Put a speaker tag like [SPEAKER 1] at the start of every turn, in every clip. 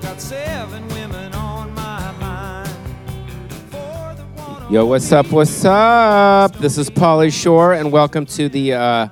[SPEAKER 1] got seven women on my mind. For the one oh,
[SPEAKER 2] Yo, what's up? What's up? This is Polly Shore, and welcome to the uh,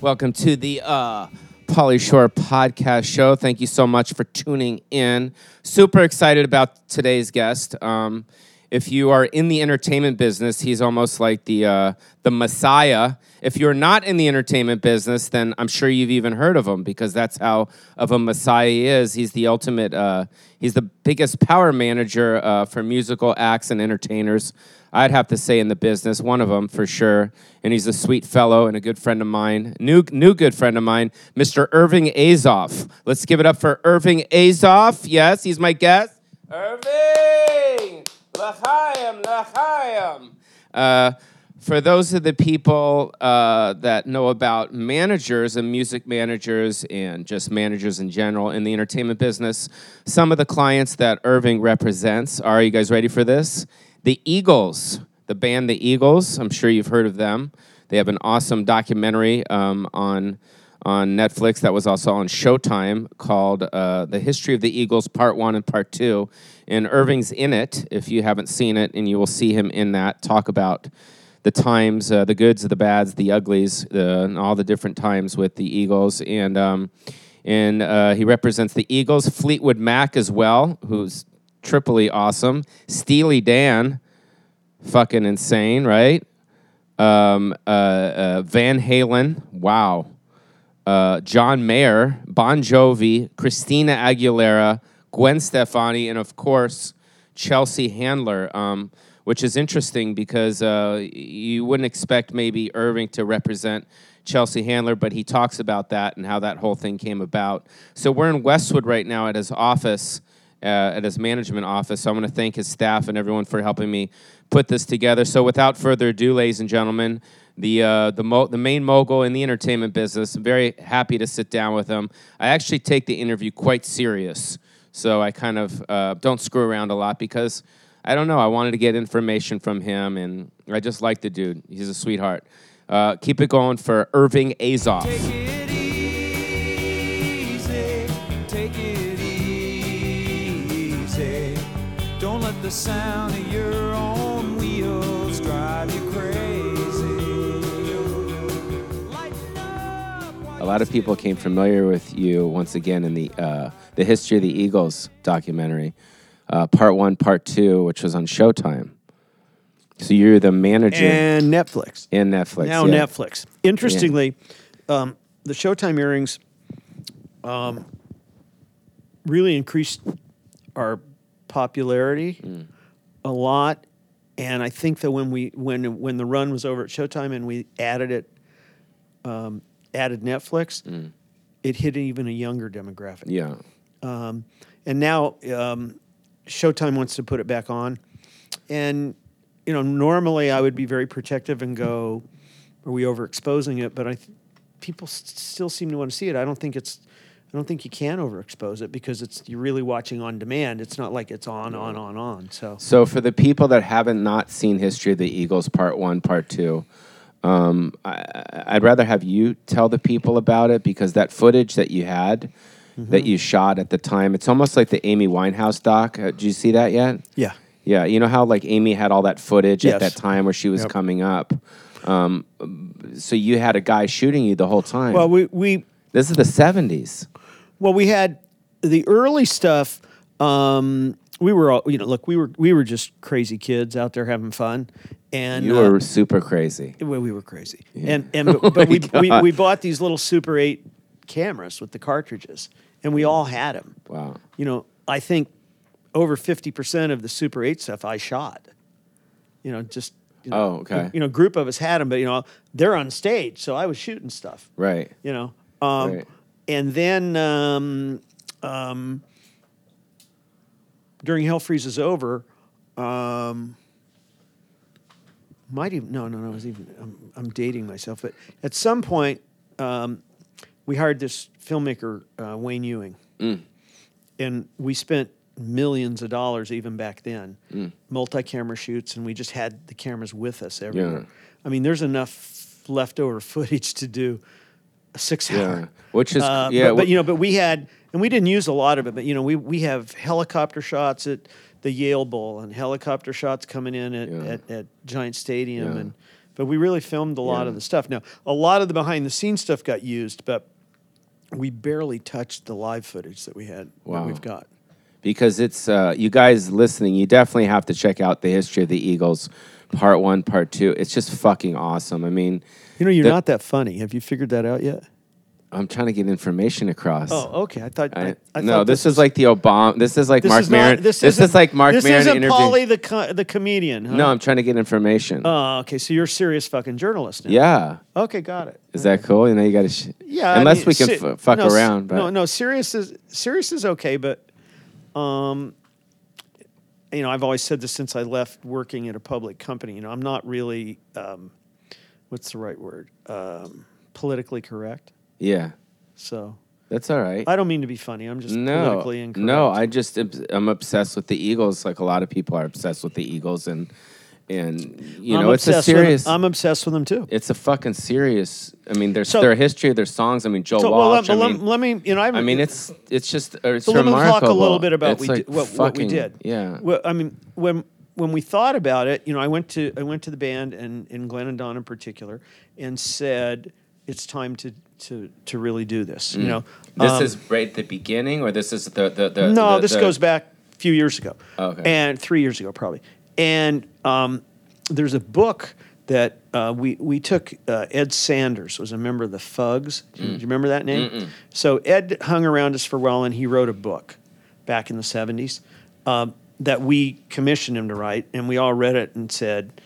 [SPEAKER 2] welcome to the uh, Polly Shore podcast show. Thank you so much for tuning in. Super excited about today's guest. Um, if you are in the entertainment business, he's almost like the uh, the messiah. If you're not in the entertainment business, then I'm sure you've even heard of him because that's how of a messiah he is. He's the ultimate. Uh, he's the biggest power manager uh, for musical acts and entertainers. I'd have to say in the business, one of them for sure. And he's a sweet fellow and a good friend of mine, new new good friend of mine, Mr. Irving Azoff. Let's give it up for Irving Azoff. Yes, he's my guest. Irving, l'chaim, l'chaim. Uh, for those of the people uh, that know about managers and music managers and just managers in general in the entertainment business, some of the clients that Irving represents are you guys ready for this? The Eagles, the band The Eagles. I'm sure you've heard of them. They have an awesome documentary um, on on Netflix that was also on Showtime called uh, The History of the Eagles Part 1 and Part 2. And Irving's in it, if you haven't seen it, and you will see him in that talk about the times, uh, the goods, the bads, the uglies, uh, and all the different times with the Eagles. And, um, and uh, he represents the Eagles, Fleetwood Mac as well, who's triply awesome, Steely Dan, fucking insane, right? Um, uh, uh, Van Halen, wow uh, John Mayer, Bon Jovi, Christina Aguilera, Gwen Stefani, and of course, Chelsea Handler, um, which is interesting because uh, you wouldn't expect maybe Irving to represent Chelsea Handler, but he talks about that and how that whole thing came about. So we're in Westwood right now at his office uh, at his management office. So I want to thank his staff and everyone for helping me put this together. So without further ado, ladies and gentlemen, the uh, the mo- the main mogul in the entertainment business. I'm very happy to sit down with him. I actually take the interview quite serious, so I kind of uh, don't screw around a lot because. I don't know. I wanted to get information from him, and I just like the dude. He's a sweetheart. Uh, keep it going for Irving Azoff.
[SPEAKER 1] Take it easy, take it easy. Don't let the sound of your own wheels drive you crazy. Lighten up while
[SPEAKER 2] A lot
[SPEAKER 1] you
[SPEAKER 2] of people
[SPEAKER 1] still
[SPEAKER 2] came familiar with you once again in the uh, the history of the Eagles documentary, uh, part one, part two, which was on Showtime. So you're the manager
[SPEAKER 3] and Netflix.
[SPEAKER 2] in Netflix.
[SPEAKER 3] now
[SPEAKER 2] yeah.
[SPEAKER 3] Netflix. Interestingly, um, the Showtime earrings um, really increased our popularity a lot, and I think that when we when when the run was over at Showtime and we added it, um, added Netflix, it hit even a younger demographic.
[SPEAKER 2] Yeah.
[SPEAKER 3] Um, and now um, Showtime wants to put it back on. And, you know, normally I would be very protective and go, are we overexposing it? But I th- people s- still seem to want to see it. I don't think it's, I don't think you can overexpose it because it's, you're really watching on demand. It's not like it's on, on, on, on. So
[SPEAKER 2] So for the people that haven't not seen History of the Eagles Part One, Part Two, um, I, I'd rather have you tell the people about it because that footage that you had, that
[SPEAKER 3] Mm-hmm.
[SPEAKER 2] you shot at the time, it's almost like the Amy Winehouse doc. Uh, did you see that yet?
[SPEAKER 3] yeah.
[SPEAKER 2] Yeah, you know how like Amy had all that footage at
[SPEAKER 3] Yes.
[SPEAKER 2] that time where she was
[SPEAKER 3] Yep.
[SPEAKER 2] coming up. Um, so you had a guy shooting you the whole time.
[SPEAKER 3] Well, we, we,
[SPEAKER 2] this is the seventies.
[SPEAKER 3] Well, we had the early stuff. Um, we were all, you know, look, we were we were just crazy kids out there having fun, and
[SPEAKER 2] You
[SPEAKER 3] uh,
[SPEAKER 2] were super crazy.
[SPEAKER 3] we, we were crazy, and and but,
[SPEAKER 2] Oh
[SPEAKER 3] but we, we we bought these little Super Eight cameras with the cartridges, and we all had them.
[SPEAKER 2] Wow.
[SPEAKER 3] You know, I think over fifty percent of the Super Eight stuff I shot. You know, just you know,
[SPEAKER 2] Oh, okay.
[SPEAKER 3] You know, a group of us had them, but you know, they're on stage, so I was shooting stuff
[SPEAKER 2] Right.
[SPEAKER 3] you know. Um,
[SPEAKER 2] Right.
[SPEAKER 3] And then um, um, during Hell Freezes Over, um, might even, no, no, no, it was even, I'm, I'm dating myself, but at some point, um, we hired this filmmaker, uh, Wayne Ewing, and we spent millions of dollars even back then, multi camera shoots, and we just had the cameras with us everywhere. I mean, there's enough leftover footage to do a a six
[SPEAKER 2] Yeah.
[SPEAKER 3] hour.
[SPEAKER 2] Which is
[SPEAKER 3] Uh,
[SPEAKER 2] yeah.
[SPEAKER 3] but, but,
[SPEAKER 2] wh-
[SPEAKER 3] you know, but we had, and we didn't use a lot of it. But you know, we we have helicopter shots at the Yale Bowl and helicopter shots coming in at
[SPEAKER 2] Yeah.
[SPEAKER 3] at, at Giant Stadium,
[SPEAKER 2] Yeah.
[SPEAKER 3] and but we really filmed a lot
[SPEAKER 2] Yeah.
[SPEAKER 3] of the stuff. Now, a lot of the behind the scenes stuff got used, but we barely touched the live footage that we had
[SPEAKER 2] Wow.
[SPEAKER 3] that we've got.
[SPEAKER 2] because it's uh, you guys listening. You definitely have to check out the history of the Eagles, part one, part two. It's just fucking awesome. I mean,
[SPEAKER 3] You know, you're
[SPEAKER 2] The-
[SPEAKER 3] not that funny. Have you figured that out yet?
[SPEAKER 2] I'm trying to get information across.
[SPEAKER 3] Oh, okay. I thought. I,
[SPEAKER 2] I,
[SPEAKER 3] I
[SPEAKER 2] no,
[SPEAKER 3] thought
[SPEAKER 2] this, is like the Obama. This is like
[SPEAKER 3] this
[SPEAKER 2] Mark
[SPEAKER 3] is not-
[SPEAKER 2] Maron. This, is
[SPEAKER 3] isn't-
[SPEAKER 2] like Mark
[SPEAKER 3] This
[SPEAKER 2] Maron
[SPEAKER 3] isn't
[SPEAKER 2] interviewing.
[SPEAKER 3] Pauly the co- the comedian. Huh?
[SPEAKER 2] no, I'm trying to get information.
[SPEAKER 3] Oh, okay. So you're a serious fucking journalist. Now.
[SPEAKER 2] yeah,
[SPEAKER 3] Okay, got it.
[SPEAKER 2] is that cool? You know, you got to. Sh-
[SPEAKER 3] Yeah. I
[SPEAKER 2] unless
[SPEAKER 3] mean,
[SPEAKER 2] we can
[SPEAKER 3] se-
[SPEAKER 2] f- fuck
[SPEAKER 3] no, s-
[SPEAKER 2] around. But
[SPEAKER 3] No, no. Serious is serious is okay, but um, you know, I've always said this since I left working at a public company. You know, I'm not really um, what's the right word? Um, politically correct.
[SPEAKER 2] yeah,
[SPEAKER 3] So
[SPEAKER 2] that's all right.
[SPEAKER 3] I don't mean to be funny. I'm just
[SPEAKER 2] no,
[SPEAKER 3] politically incorrect.
[SPEAKER 2] no, I just obs- I'm obsessed with the Eagles. Like a lot of people are obsessed with the Eagles, and and you
[SPEAKER 3] I'm
[SPEAKER 2] know, it's a
[SPEAKER 3] obsessed with them.
[SPEAKER 2] serious.
[SPEAKER 3] I'm obsessed with them too.
[SPEAKER 2] it's a fucking serious. I mean, there's
[SPEAKER 3] So-
[SPEAKER 2] their history, their songs. I mean, Joe
[SPEAKER 3] So, well,
[SPEAKER 2] Walsh.
[SPEAKER 3] let,
[SPEAKER 2] I
[SPEAKER 3] let,
[SPEAKER 2] mean,
[SPEAKER 3] let me. You know, I,
[SPEAKER 2] I mean, it's it's just uh, it's
[SPEAKER 3] So let me
[SPEAKER 2] remarkable.
[SPEAKER 3] talk a little bit about
[SPEAKER 2] It's
[SPEAKER 3] we
[SPEAKER 2] like
[SPEAKER 3] did, what, what we
[SPEAKER 2] fucking-
[SPEAKER 3] did.
[SPEAKER 2] Yeah,
[SPEAKER 3] Well, I mean, when when we thought about it, you know, I went to I went to the band and and Glenn and Don in particular, and said it's time to to to really do this. You know,
[SPEAKER 2] Mm. This
[SPEAKER 3] Um,
[SPEAKER 2] is right at the beginning, or this is the the, the
[SPEAKER 3] no,
[SPEAKER 2] the-
[SPEAKER 3] this
[SPEAKER 2] the- Oh,
[SPEAKER 3] goes back a few years ago,
[SPEAKER 2] Okay.
[SPEAKER 3] and three years ago probably. And um, there's a book that uh, we we took. Uh, Ed Sanders was a member of the Fugs. Do
[SPEAKER 2] Mm.
[SPEAKER 3] you, do you remember that name? So Ed hung around us for a while, and he wrote a book back in the '70s um, that we commissioned him to write, and we all read it and said.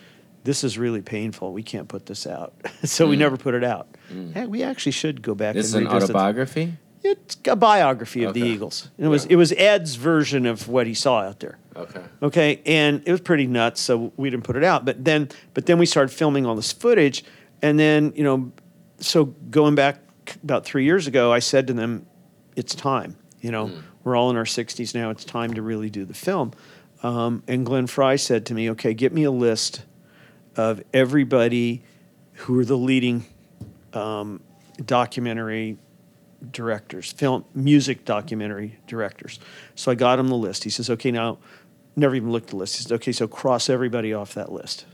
[SPEAKER 3] This is really painful. We can't put this out, so we never put it out. Hey, we actually should go back.
[SPEAKER 2] Mm. This is
[SPEAKER 3] and
[SPEAKER 2] an
[SPEAKER 3] revisit-
[SPEAKER 2] autobiography.
[SPEAKER 3] it's a biography of the
[SPEAKER 2] Okay.
[SPEAKER 3] Eagles. And it was
[SPEAKER 2] Yeah.
[SPEAKER 3] it was Ed's version of what he saw out there.
[SPEAKER 2] Okay.
[SPEAKER 3] Okay, and it was pretty nuts. So we didn't put it out, but then but then we started filming all this footage, and then you know, so going back about three years ago, I said to them, "It's time." You know,
[SPEAKER 2] Hmm.
[SPEAKER 3] we're all in our sixties now. It's time to really do the film. Um, and Glenn Fry said to me, "Okay, get me a list of everybody who are the leading um, documentary directors, film, music documentary directors. So I got him the list. He says, okay, now, never even looked at the list. He says, okay, so cross everybody off that list.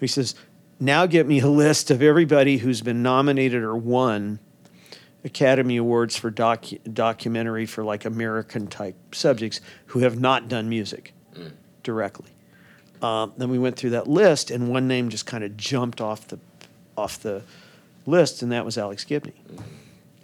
[SPEAKER 3] He says, now get me a list of everybody who's been nominated or won Academy Awards for docu- documentary for like American type subjects who have not done music directly. Um, then we went through that list, and one name just kind of jumped off the off the list, and that was Alex Gibney,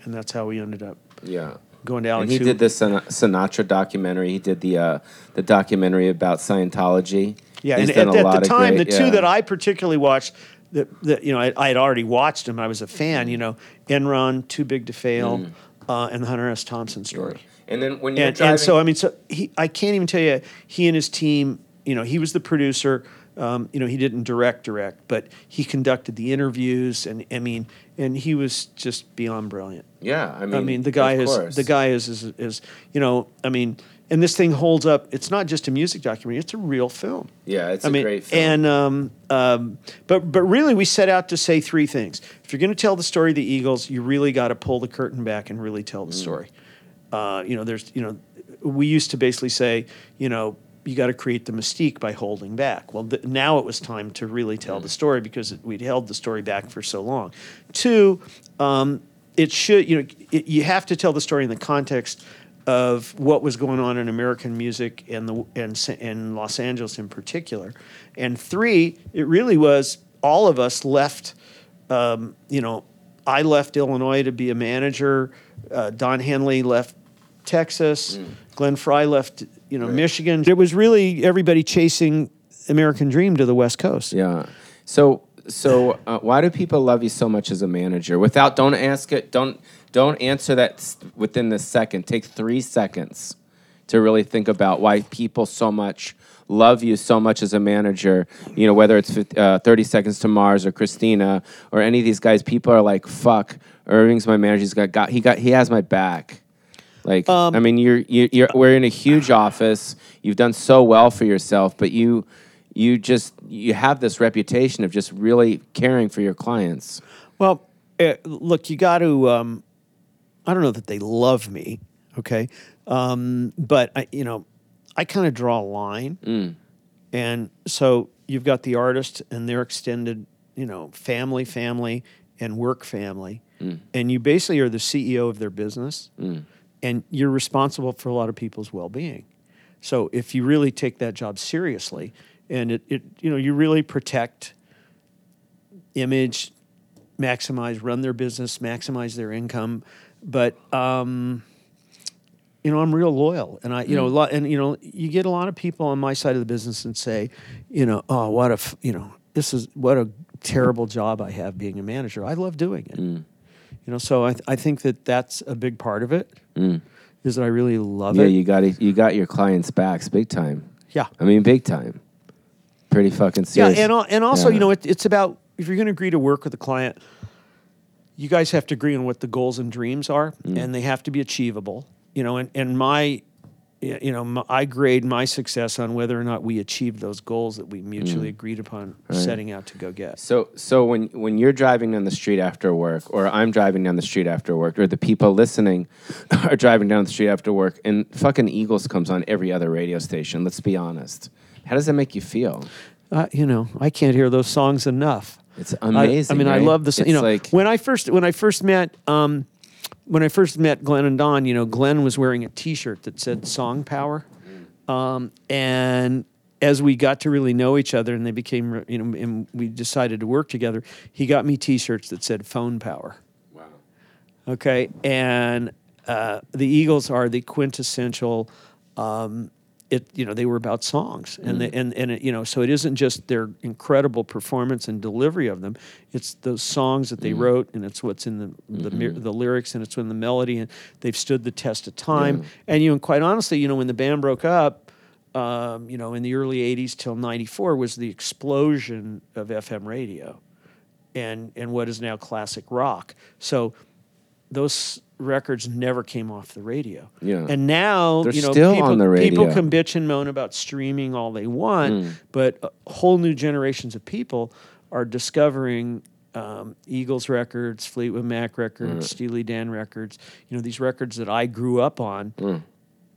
[SPEAKER 3] and that's how we ended up
[SPEAKER 2] Yeah.
[SPEAKER 3] going to Alex.
[SPEAKER 2] And he
[SPEAKER 3] who-
[SPEAKER 2] did the Sin- Sinatra documentary. He did the uh, the documentary about Scientology.
[SPEAKER 3] Yeah,
[SPEAKER 2] He's
[SPEAKER 3] and
[SPEAKER 2] done
[SPEAKER 3] at,
[SPEAKER 2] a
[SPEAKER 3] at
[SPEAKER 2] lot
[SPEAKER 3] the
[SPEAKER 2] of
[SPEAKER 3] time,
[SPEAKER 2] great-
[SPEAKER 3] the two
[SPEAKER 2] yeah.
[SPEAKER 3] that I particularly watched, that, that you know, I, I had already watched them. I was a fan, you know, Enron, Too Big to Fail,
[SPEAKER 2] Mm.
[SPEAKER 3] uh, and the Hunter S. Thompson story.
[SPEAKER 2] and then when you're
[SPEAKER 3] and,
[SPEAKER 2] driving,
[SPEAKER 3] and so I mean, so he, I can't even tell you. He and his team, you know, he was the producer. Um, you know, he didn't direct, direct, but he conducted the interviews, and I mean, and he was just beyond brilliant.
[SPEAKER 2] yeah, I mean,
[SPEAKER 3] I mean, the guy
[SPEAKER 2] of
[SPEAKER 3] is
[SPEAKER 2] course.
[SPEAKER 3] the guy is, is is you know, I mean, and this thing holds up. It's not just a music documentary; it's a real film.
[SPEAKER 2] Yeah, it's
[SPEAKER 3] I
[SPEAKER 2] a
[SPEAKER 3] mean,
[SPEAKER 2] great film.
[SPEAKER 3] and um, um, but but really, we set out to say three things. If you're going to tell the story of the Eagles, you really got to pull the curtain back and really tell the
[SPEAKER 2] Mm.
[SPEAKER 3] story. Uh, you know, there's you know, we used to basically say, you know, you got to create the mystique by holding back. Well, th- now it was time to really
[SPEAKER 2] Mm.
[SPEAKER 3] tell the story because it, we'd held the story back for so long. Two, um, it should you know it, you have to tell the story in the context of what was going on in American music and the and Sa- and Los Angeles in particular, and three, it really was all of us left. Um, you know, I left Illinois to be a manager. Uh, Don Henley left Texas. Glenn Fry left. You know, Michigan. It was really everybody chasing American Dream to the West Coast.
[SPEAKER 2] yeah. So so uh, why do people love you so much as a manager? Without don't ask it, don't don't answer that s- within the second. Take three seconds to really think about why people so much love you so much as a manager. You know, whether it's fif- uh, Thirty Seconds to Mars or Christina or any of these guys, people are like, "Fuck, Irving's my manager. He's got, got he got he has my back." Like
[SPEAKER 3] Um,
[SPEAKER 2] I mean, you're you're, you're we're in a huge office. You've done so well for yourself, but you you just you have this reputation of just really caring for your clients.
[SPEAKER 3] Well, uh, look, you got to. Um, I don't know that they love me, okay, um, but I, you know, I kind of draw a line, and so you've got the artist and their extended, you know, family, family, and work family, and you basically are the CEO of their business, and you're responsible for a lot of people's well-being. So if you really take that job seriously, and it, it you know, you really protect image, maximize, run their business, maximize their income. But um, you know, I'm real loyal, and I, you know, a lot, and you know, you get a lot of people on my side of the business and say, you know, oh, what if, you know, this is what a terrible job I have being a manager. I love doing it. You know, so I, th- I think that that's a big part of it. Is that I really love
[SPEAKER 2] Yeah,
[SPEAKER 3] it.
[SPEAKER 2] you got it. You got your clients' backs big time.
[SPEAKER 3] yeah.
[SPEAKER 2] I mean, big time. Pretty fucking
[SPEAKER 3] Yeah,
[SPEAKER 2] serious.
[SPEAKER 3] and al- and also,
[SPEAKER 2] Yeah.
[SPEAKER 3] you know, it, it's about if you're going to agree to work with a client, you guys have to agree on what the goals and dreams are, and they have to be achievable. You know, and and my, y- you know, my, I grade my success on whether or not we achieve those goals that we mutually agreed upon setting out to go get.
[SPEAKER 2] So so when when you're driving down the street after work, or I'm driving down the street after work, or the people listening are driving down the street after work, and fucking Eagles comes on every other radio station. Let's be honest. How does that make you feel?
[SPEAKER 3] Uh, you know, I can't hear those songs enough.
[SPEAKER 2] It's
[SPEAKER 3] I-
[SPEAKER 2] amazing.
[SPEAKER 3] I, mean,
[SPEAKER 2] right?
[SPEAKER 3] I love this.
[SPEAKER 2] It's
[SPEAKER 3] You know,
[SPEAKER 2] like
[SPEAKER 3] when I first when I first met um, when I first met Glenn and Don, you know, Glenn was wearing a T-shirt that said "Song Power," um, and as we got to really know each other, and they became re- you know, and we decided to work together, he got me T-shirts that said "Phone Power." Okay, and uh, the Eagles are the quintessential. Um, it you know they were about songs, and they, and and it, you know so it isn't just their incredible performance and delivery of them. It's those songs that they wrote, and it's what's in the the, mir- the lyrics, and it's in the melody, and they've stood the test of time. And you know, quite honestly, you know, when the band broke up, um, you know, in the early '80s till '94 was the explosion of FM radio and and what is now classic rock. So those records never came off the radio.
[SPEAKER 2] Yeah.
[SPEAKER 3] And now
[SPEAKER 2] They're
[SPEAKER 3] you know
[SPEAKER 2] still
[SPEAKER 3] people,
[SPEAKER 2] on the
[SPEAKER 3] people
[SPEAKER 2] radio. Mm.
[SPEAKER 3] can bitch and moan about streaming all they want, but uh, whole new generations of people are discovering um, Eagles records, Fleetwood Mac records, Steely Dan records. You know these records that I grew up on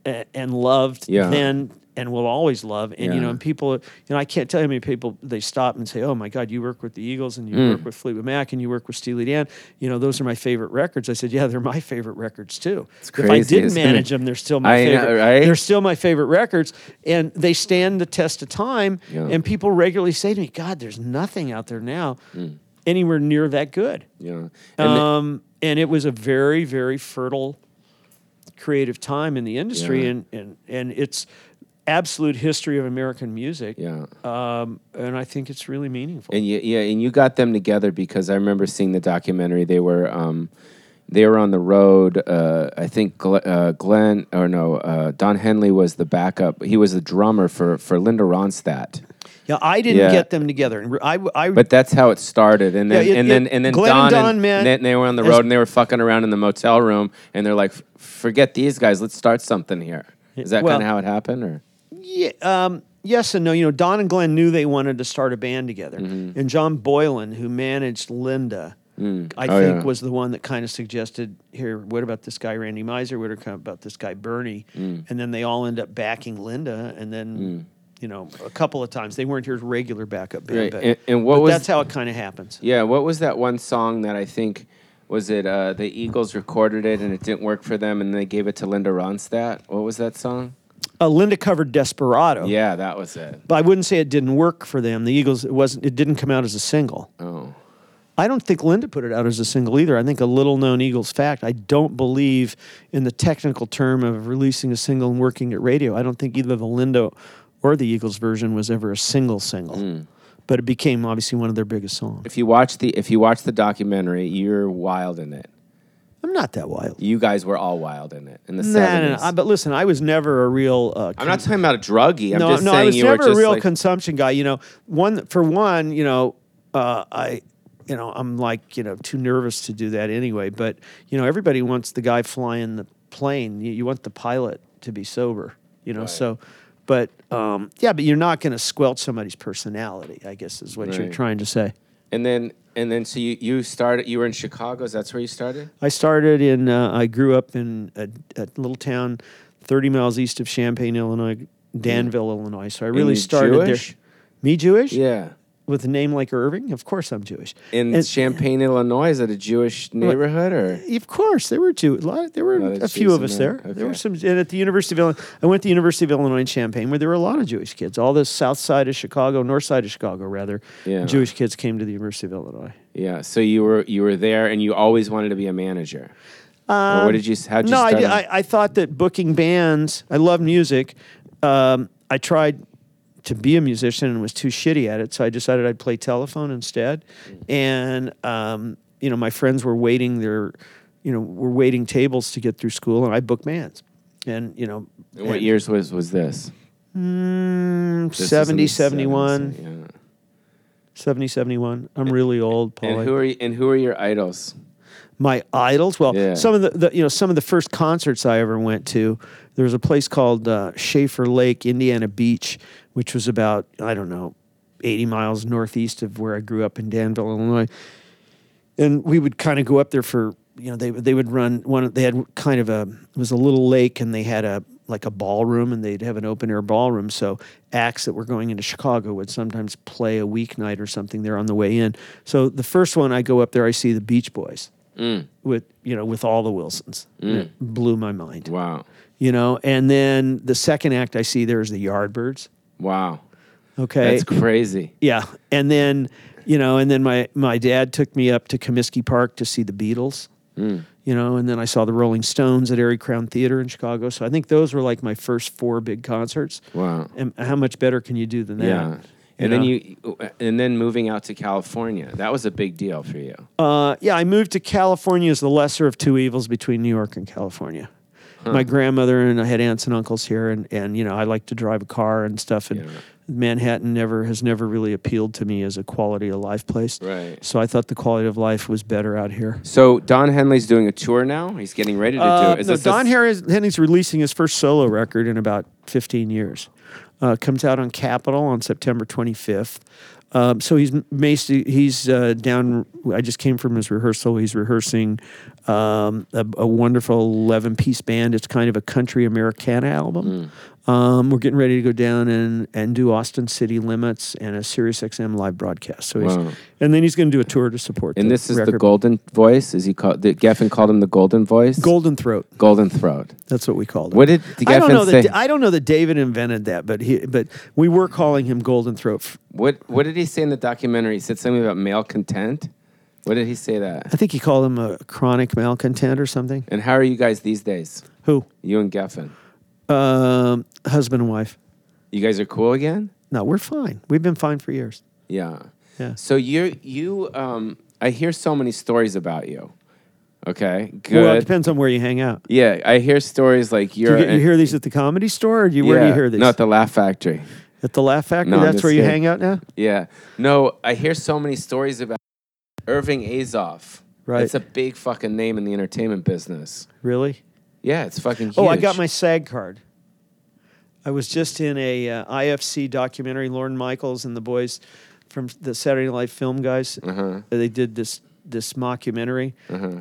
[SPEAKER 3] a- and loved
[SPEAKER 2] Yeah.
[SPEAKER 3] then and will always love. And you
[SPEAKER 2] Yeah.
[SPEAKER 3] know, and people, you know, I can't tell you how many people they stop and say, "Oh my God, you work with the Eagles and you
[SPEAKER 2] Mm.
[SPEAKER 3] work with Fleetwood Mac and you work with Steely Dan. You know, those are my favorite records." I said, "Yeah, they're my favorite records too. if I
[SPEAKER 2] crazy,
[SPEAKER 3] didn't
[SPEAKER 2] isn't it?
[SPEAKER 3] manage them, they're still my
[SPEAKER 2] I know,
[SPEAKER 3] favorite.
[SPEAKER 2] right?
[SPEAKER 3] They're still my favorite records, and they stand the test of time.
[SPEAKER 2] Yeah.
[SPEAKER 3] And people regularly say to me, "God, there's nothing out there now
[SPEAKER 2] Mm.
[SPEAKER 3] anywhere near that good."
[SPEAKER 2] yeah. And the-
[SPEAKER 3] um, and it was a very very fertile creative time in the industry
[SPEAKER 2] Yeah.
[SPEAKER 3] and, and and it's absolute history of american music
[SPEAKER 2] yeah.
[SPEAKER 3] um, and i think it's really meaningful
[SPEAKER 2] And you, yeah, and you got them together because I remember seeing the documentary. They were um, they were on the road. Uh, I think Gl- uh, Glenn or no uh, Don Henley was the backup. He was the drummer for for Linda Ronstadt.
[SPEAKER 3] yeah i didn't
[SPEAKER 2] Yeah.
[SPEAKER 3] get them together and i, I
[SPEAKER 2] But that's how it started, and then
[SPEAKER 3] Yeah, it-
[SPEAKER 2] and then
[SPEAKER 3] it-
[SPEAKER 2] and then
[SPEAKER 3] Glenn
[SPEAKER 2] Don
[SPEAKER 3] and
[SPEAKER 2] and,
[SPEAKER 3] Don met
[SPEAKER 2] then they were on the
[SPEAKER 3] as-
[SPEAKER 2] road and they were fucking around in the motel room, and they're like, "F- "Forget these guys, let's start something here." Is that
[SPEAKER 3] Well-
[SPEAKER 2] kind of how it happened, or
[SPEAKER 3] Yeah, um, yes and no. You know, Don and Glenn knew they wanted to start a band together,
[SPEAKER 2] Mm-hmm.
[SPEAKER 3] and John Boylan, who managed Linda, I
[SPEAKER 2] Oh,
[SPEAKER 3] think
[SPEAKER 2] yeah.
[SPEAKER 3] was the one that kind of suggested, "Here, what about this guy Randy Miser? What about this guy Bernie?"
[SPEAKER 2] Mm.
[SPEAKER 3] And then they all end up backing Linda, and then. You know, a couple of times they weren't here as regular backup band,
[SPEAKER 2] Right,
[SPEAKER 3] but,
[SPEAKER 2] and- and what
[SPEAKER 3] but
[SPEAKER 2] was-
[SPEAKER 3] that's how it kind of happens.
[SPEAKER 2] Yeah, what was that one song that I think was it uh, the Eagles recorded it and it didn't work for them and they gave it to Linda Ronstadt? What was that song?
[SPEAKER 3] Uh, Linda covered "Desperado,"
[SPEAKER 2] Yeah, that was it.
[SPEAKER 3] but I wouldn't say it didn't work for them. The Eagles, it wasn't, it didn't come out as a single.
[SPEAKER 2] Oh.
[SPEAKER 3] I don't think Linda put it out as a single either. I think a little known Eagles fact. I don't believe in the technical term of releasing a single and working at radio. I don't think either the Linda or the Eagles version was ever a single single.
[SPEAKER 2] Hmm.
[SPEAKER 3] But it became obviously one of their biggest songs.
[SPEAKER 2] If you watch the if you watch the documentary, you're wild in it.
[SPEAKER 3] I'm not that wild.
[SPEAKER 2] You guys were all wild in it in the
[SPEAKER 3] Nah, nah,
[SPEAKER 2] 70s.
[SPEAKER 3] nah. I- But listen, I was never a real. Uh,
[SPEAKER 2] I'm not talking about a druggie. I'm
[SPEAKER 3] no,
[SPEAKER 2] just
[SPEAKER 3] no,
[SPEAKER 2] saying
[SPEAKER 3] I was
[SPEAKER 2] you
[SPEAKER 3] never
[SPEAKER 2] were just
[SPEAKER 3] a real
[SPEAKER 2] like,
[SPEAKER 3] consumption guy. You know, one for one, you know, uh, I, you know, I'm like, you know, too nervous to do that anyway. But you know, everybody wants the guy flying the plane. You, you want the pilot to be sober. You know, so, but um, yeah, but you're not going to squelch somebody's personality. I guess is what you're
[SPEAKER 2] Right.
[SPEAKER 3] trying to say.
[SPEAKER 2] And then and then so you you started you were in Chicago. Is that's where you started?
[SPEAKER 3] I started in. Uh, I grew up in a, a little town, thirty miles east of Champaign, Illinois, Danville, Illinois. So I really
[SPEAKER 2] Hmm. you
[SPEAKER 3] started
[SPEAKER 2] Jewish?
[SPEAKER 3] there. Me Jewish?
[SPEAKER 2] Yeah.
[SPEAKER 3] With a name like Irving, of course I'm Jewish.
[SPEAKER 2] In
[SPEAKER 3] And-
[SPEAKER 2] Champaign, Illinois, is it a Jewish neighborhood or?
[SPEAKER 3] Of course, there were two. A lot, there were
[SPEAKER 2] lot of
[SPEAKER 3] a few
[SPEAKER 2] Jews
[SPEAKER 3] of
[SPEAKER 2] in
[SPEAKER 3] us
[SPEAKER 2] there.
[SPEAKER 3] there. There were
[SPEAKER 2] Okay.
[SPEAKER 3] some, and at the University of Illinois, I went to the University of Illinois in Champaign, where there were a lot of Jewish kids. All the south side of Chicago, north side of Chicago, rather,
[SPEAKER 2] Yeah.
[SPEAKER 3] Jewish kids came to the University of Illinois.
[SPEAKER 2] Yeah. So you were you were there, and you always wanted to be a manager. Or what did you? How did you
[SPEAKER 3] Um, no, I,
[SPEAKER 2] start?
[SPEAKER 3] did-
[SPEAKER 2] on-
[SPEAKER 3] I, I thought that booking bands. I love music. Um, I tried to be a musician and was too shitty at it, so I decided I'd play telephone instead. And um, you know, my friends were waiting their, you know, were waiting tables to get through school, and I booked bands. And you know,
[SPEAKER 2] And what
[SPEAKER 3] and-
[SPEAKER 2] years was was this?
[SPEAKER 3] Mm,
[SPEAKER 2] This is in
[SPEAKER 3] 70,
[SPEAKER 2] the
[SPEAKER 3] 71,
[SPEAKER 2] 70s, yeah.
[SPEAKER 3] 70, 71. I'm really old, Paul.
[SPEAKER 2] And who are you, and who are your idols?
[SPEAKER 3] my idols. Well,
[SPEAKER 2] Yeah.
[SPEAKER 3] some of the, the you know some of the first concerts I ever went to. There was a place called uh, Schaefer Lake, Indiana Beach, which was about I don't know, eighty miles northeast of where I grew up in Danville, Illinois. And we would kind of go up there for you know they they would run one. They had kind of a it was a little lake and they had a like a ballroom and they'd have an open air ballroom. So acts that were going into Chicago would sometimes play a weeknight or something there on the way in. So the first one I go up there, I see the Beach Boys with you know with all the Wilsons. It blew my mind.
[SPEAKER 2] Wow,
[SPEAKER 3] You know, and then the second act I see there is the Yardbirds.
[SPEAKER 2] wow,
[SPEAKER 3] Okay.
[SPEAKER 2] that's crazy.
[SPEAKER 3] yeah. And then, you know, and then my my dad took me up to Comiskey Park to see the Beatles.
[SPEAKER 2] Mm.
[SPEAKER 3] You know, and then I saw the Rolling Stones at Airy Crown Theater in Chicago. So I think those were like my first four big concerts.
[SPEAKER 2] Wow.
[SPEAKER 3] And how much better can you do than that?
[SPEAKER 2] Yeah. And then
[SPEAKER 3] know?
[SPEAKER 2] you, uh, and then moving out to California, that was a big deal for you.
[SPEAKER 3] Uh, yeah, I moved to California as the lesser of two evils between New York and California. My grandmother and I had aunts and uncles here, and, and you know I like to drive a car and stuff. And
[SPEAKER 2] Yeah.
[SPEAKER 3] Manhattan never has never really appealed to me as a quality of life place.
[SPEAKER 2] Right.
[SPEAKER 3] So I thought the quality of life was better out here.
[SPEAKER 2] So Don Henley's doing a tour now. He's getting ready to
[SPEAKER 3] Uh,
[SPEAKER 2] do. it. Is
[SPEAKER 3] no,
[SPEAKER 2] this a
[SPEAKER 3] Don
[SPEAKER 2] s-
[SPEAKER 3] Harris, Henley's releasing his first solo record in about 15 years. Uh, comes out on Capitol on September 25th. Um, so he's basically he's uh, down. I just came from his rehearsal. He's rehearsing um, a, a wonderful 11 piece band. It's kind of a country Americana album.
[SPEAKER 2] Hmm.
[SPEAKER 3] Um, we're getting ready to go down and, and do Austin City Limits and a Sirius XM live broadcast. So he's,
[SPEAKER 2] Wow.
[SPEAKER 3] and then he's going to do a tour to support.
[SPEAKER 2] And this is the
[SPEAKER 3] record.
[SPEAKER 2] Golden Voice. Is he called? Did Geffen called him the Golden Voice?
[SPEAKER 3] Golden Throat.
[SPEAKER 2] Golden Throat.
[SPEAKER 3] That's what we called it.
[SPEAKER 2] What did the
[SPEAKER 3] I don't
[SPEAKER 2] Geffen
[SPEAKER 3] know
[SPEAKER 2] say?
[SPEAKER 3] that I don't know that David invented that, but he but we were calling him Golden Throat. f-
[SPEAKER 2] What What did he say in the documentary? He said something about male content. What did he say that?
[SPEAKER 3] I think he called him a chronic malcontent or something.
[SPEAKER 2] And how are you guys these days?
[SPEAKER 3] Who?
[SPEAKER 2] You and Geffen.
[SPEAKER 3] Um, husband and wife.
[SPEAKER 2] You guys are cool again.
[SPEAKER 3] No, we're fine. We've been fine for years.
[SPEAKER 2] Yeah.
[SPEAKER 3] Yeah.
[SPEAKER 2] So you you um I hear so many stories about you. Okay. Good.
[SPEAKER 3] Well, it depends on where you hang out.
[SPEAKER 2] Yeah, I hear stories like
[SPEAKER 3] Do
[SPEAKER 2] you're.
[SPEAKER 3] you, get, you
[SPEAKER 2] an-
[SPEAKER 3] hear these at the comedy store, or do you, where do you
[SPEAKER 2] Yeah,
[SPEAKER 3] hear these?
[SPEAKER 2] No, at the Laugh Factory.
[SPEAKER 3] At the Laugh Factory.
[SPEAKER 2] No, I'm
[SPEAKER 3] That's
[SPEAKER 2] just
[SPEAKER 3] where you
[SPEAKER 2] kidding.
[SPEAKER 3] hang out now.
[SPEAKER 2] Yeah. No, I hear so many stories about Irving Azoff.
[SPEAKER 3] Right.
[SPEAKER 2] It's a big fucking name in the entertainment business.
[SPEAKER 3] Really?
[SPEAKER 2] Yeah, it's fucking huge.
[SPEAKER 3] Oh, I got my SAG card. I was just in a uh, IFC documentary. Lauren Michaels and the boys from the Saturday Night Live film guys. Uh-huh. They did this this mockumentary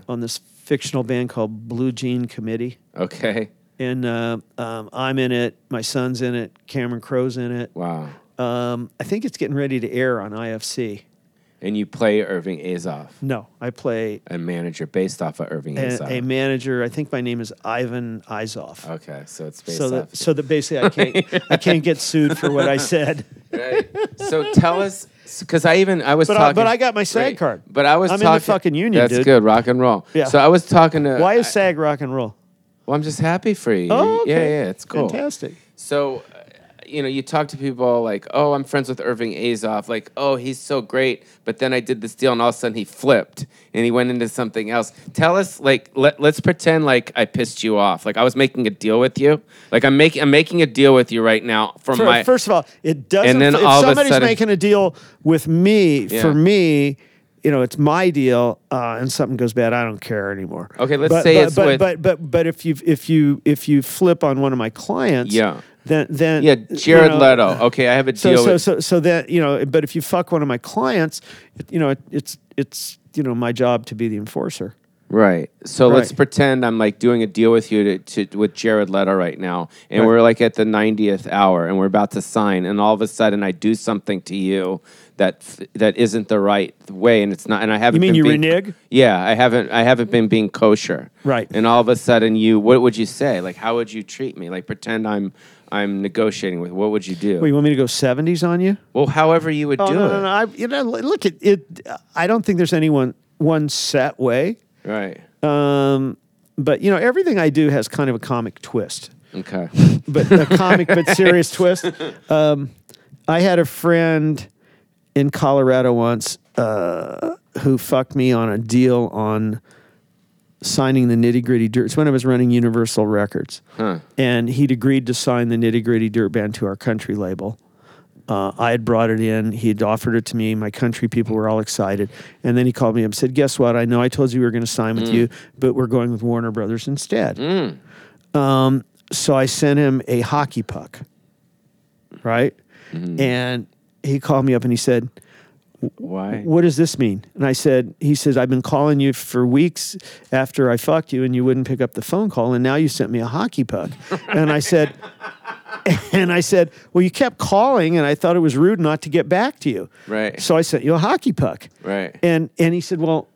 [SPEAKER 3] on this fictional band called Blue Jean Committee,
[SPEAKER 2] Okay.
[SPEAKER 3] and uh, um, I'm in it. My son's in it. Cameron Crowe's in it.
[SPEAKER 2] Wow.
[SPEAKER 3] Um, I think it's getting ready to air on IFC.
[SPEAKER 2] And you play Irving Azoff,
[SPEAKER 3] No, I play
[SPEAKER 2] a manager based off of Irving
[SPEAKER 3] a,
[SPEAKER 2] Azoff.
[SPEAKER 3] a manager. I Oh, think my name is Ivan Izov.
[SPEAKER 2] okay, so it's based
[SPEAKER 3] so
[SPEAKER 2] off.
[SPEAKER 3] that so that basically I can't I can't get sued for what I said.
[SPEAKER 2] Right. So tell us, because I even I was
[SPEAKER 3] But I-
[SPEAKER 2] talking.
[SPEAKER 3] but I got my SAG
[SPEAKER 2] Right.
[SPEAKER 3] card.
[SPEAKER 2] But I was
[SPEAKER 3] I'm in the
[SPEAKER 2] talking.
[SPEAKER 3] fucking union,
[SPEAKER 2] That's
[SPEAKER 3] dude.
[SPEAKER 2] good. Rock and roll.
[SPEAKER 3] Yeah.
[SPEAKER 2] So I was talking to.
[SPEAKER 3] Why is
[SPEAKER 2] I-
[SPEAKER 3] SAG rock and roll?
[SPEAKER 2] Well, I'm just happy for you.
[SPEAKER 3] Oh,
[SPEAKER 2] yeah,
[SPEAKER 3] okay.
[SPEAKER 2] yeah, it's cool.
[SPEAKER 3] Fantastic.
[SPEAKER 2] So, uh, you know, you talk to people like, oh, I'm friends with Irving Azoff. Like, oh, he's so great. But then I did this deal, and all of a sudden he flipped and he went into something else. Tell us, like, let, let's pretend like I pissed you off. Like I was making a deal with you. Like I'm making I'm making a deal with you right now from
[SPEAKER 3] Fir-
[SPEAKER 2] my
[SPEAKER 3] First of all, it doesn't.
[SPEAKER 2] then
[SPEAKER 3] if
[SPEAKER 2] all of a
[SPEAKER 3] somebody's
[SPEAKER 2] sudden-
[SPEAKER 3] making a deal with me
[SPEAKER 2] Yeah.
[SPEAKER 3] for me, you know, it's my deal, uh, and something goes bad, I don't care anymore.
[SPEAKER 2] Okay, let's
[SPEAKER 3] But-
[SPEAKER 2] say
[SPEAKER 3] but,
[SPEAKER 2] it's
[SPEAKER 3] but,
[SPEAKER 2] with-
[SPEAKER 3] but but but if you if you if you flip on one of my clients,
[SPEAKER 2] Yeah.
[SPEAKER 3] then then
[SPEAKER 2] Yeah,
[SPEAKER 3] you
[SPEAKER 2] Jared
[SPEAKER 3] know,
[SPEAKER 2] Leto. Okay, I have a
[SPEAKER 3] So
[SPEAKER 2] deal
[SPEAKER 3] so
[SPEAKER 2] with.
[SPEAKER 3] so so that you know, but if you fuck one of my clients, it- you know, it, it's it's you know my job to be the enforcer.
[SPEAKER 2] Right. So let's
[SPEAKER 3] Right.
[SPEAKER 2] pretend I'm like doing a deal with you to, to with Jared Leto right now, and
[SPEAKER 3] Right.
[SPEAKER 2] we're like at the 90th hour, and we're about to sign, and all of a sudden I do something to you that f- that isn't the right way, and it's not, and I haven't.
[SPEAKER 3] mean
[SPEAKER 2] been
[SPEAKER 3] you
[SPEAKER 2] being-
[SPEAKER 3] renege?
[SPEAKER 2] Yeah, I haven't. I haven't been being kosher.
[SPEAKER 3] Right.
[SPEAKER 2] And all of a sudden, you. What would you say? Like, how would you treat me? Like, pretend I'm I'm negotiating with. What would you do?
[SPEAKER 3] Well, you want me to go seventies on you?
[SPEAKER 2] well, however you would
[SPEAKER 3] Oh
[SPEAKER 2] do
[SPEAKER 3] no,
[SPEAKER 2] it.
[SPEAKER 3] no, no! I, you know, l- look, it, it. I don't think there's any one one set way.
[SPEAKER 2] Right.
[SPEAKER 3] Um, but you know, everything I do has kind of a comic twist,
[SPEAKER 2] Okay.
[SPEAKER 3] but a comic but serious twist. Um, I had a friend in Colorado once uh, who fucked me on a deal on signing the nitty gritty dirt. It's when I was running Universal Records,
[SPEAKER 2] Huh.
[SPEAKER 3] and he'd agreed to sign the nitty gritty dirt band to our country label. Uh, I had brought it in. He had offered it to me. My country people were all excited. And then he called me up and said, Guess what? I know I told you we were going to sign with you, but we're going with Warner Brothers instead. Um, so I sent him a hockey puck, right? And he called me up and he said,
[SPEAKER 2] Why?
[SPEAKER 3] what does this mean? And I said, he says, I've been calling you for weeks after I fucked you and you wouldn't pick up the phone call. And now you sent me a hockey puck. and I said, and I said, well, you kept calling and I thought it was rude not to get back to you.
[SPEAKER 2] Right.
[SPEAKER 3] So I sent you a hockey puck.
[SPEAKER 2] Right.
[SPEAKER 3] And, and he said, well,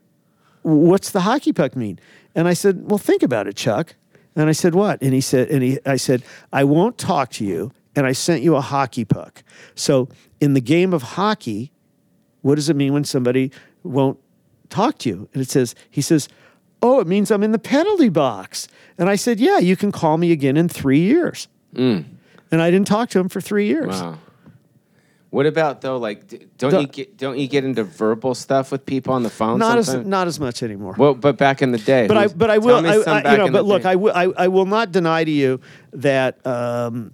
[SPEAKER 3] what's the hockey puck mean? And I said, well, think about it, Chuck. And I said, what? And he said, and he, I said, I won't talk to you. And I sent you a hockey puck. So in the game of hockey, what does it mean when somebody won't talk to you? And it says, he says, oh, it means I'm in the penalty box. And I said, yeah, you can call me again in three years. And I didn't talk to him for three years.
[SPEAKER 2] Wow. What about though? Like, d- don't
[SPEAKER 3] The-
[SPEAKER 2] you get don't you get into verbal stuff with people on the phone?
[SPEAKER 3] Not as
[SPEAKER 2] sometimes?
[SPEAKER 3] not as much anymore.
[SPEAKER 2] Well, but back in the day.
[SPEAKER 3] but I
[SPEAKER 2] who's-
[SPEAKER 3] but I
[SPEAKER 2] tell
[SPEAKER 3] will
[SPEAKER 2] me
[SPEAKER 3] I,
[SPEAKER 2] some
[SPEAKER 3] I, you
[SPEAKER 2] back
[SPEAKER 3] know
[SPEAKER 2] in the
[SPEAKER 3] but look
[SPEAKER 2] day.
[SPEAKER 3] I will I, I will not deny to you that um,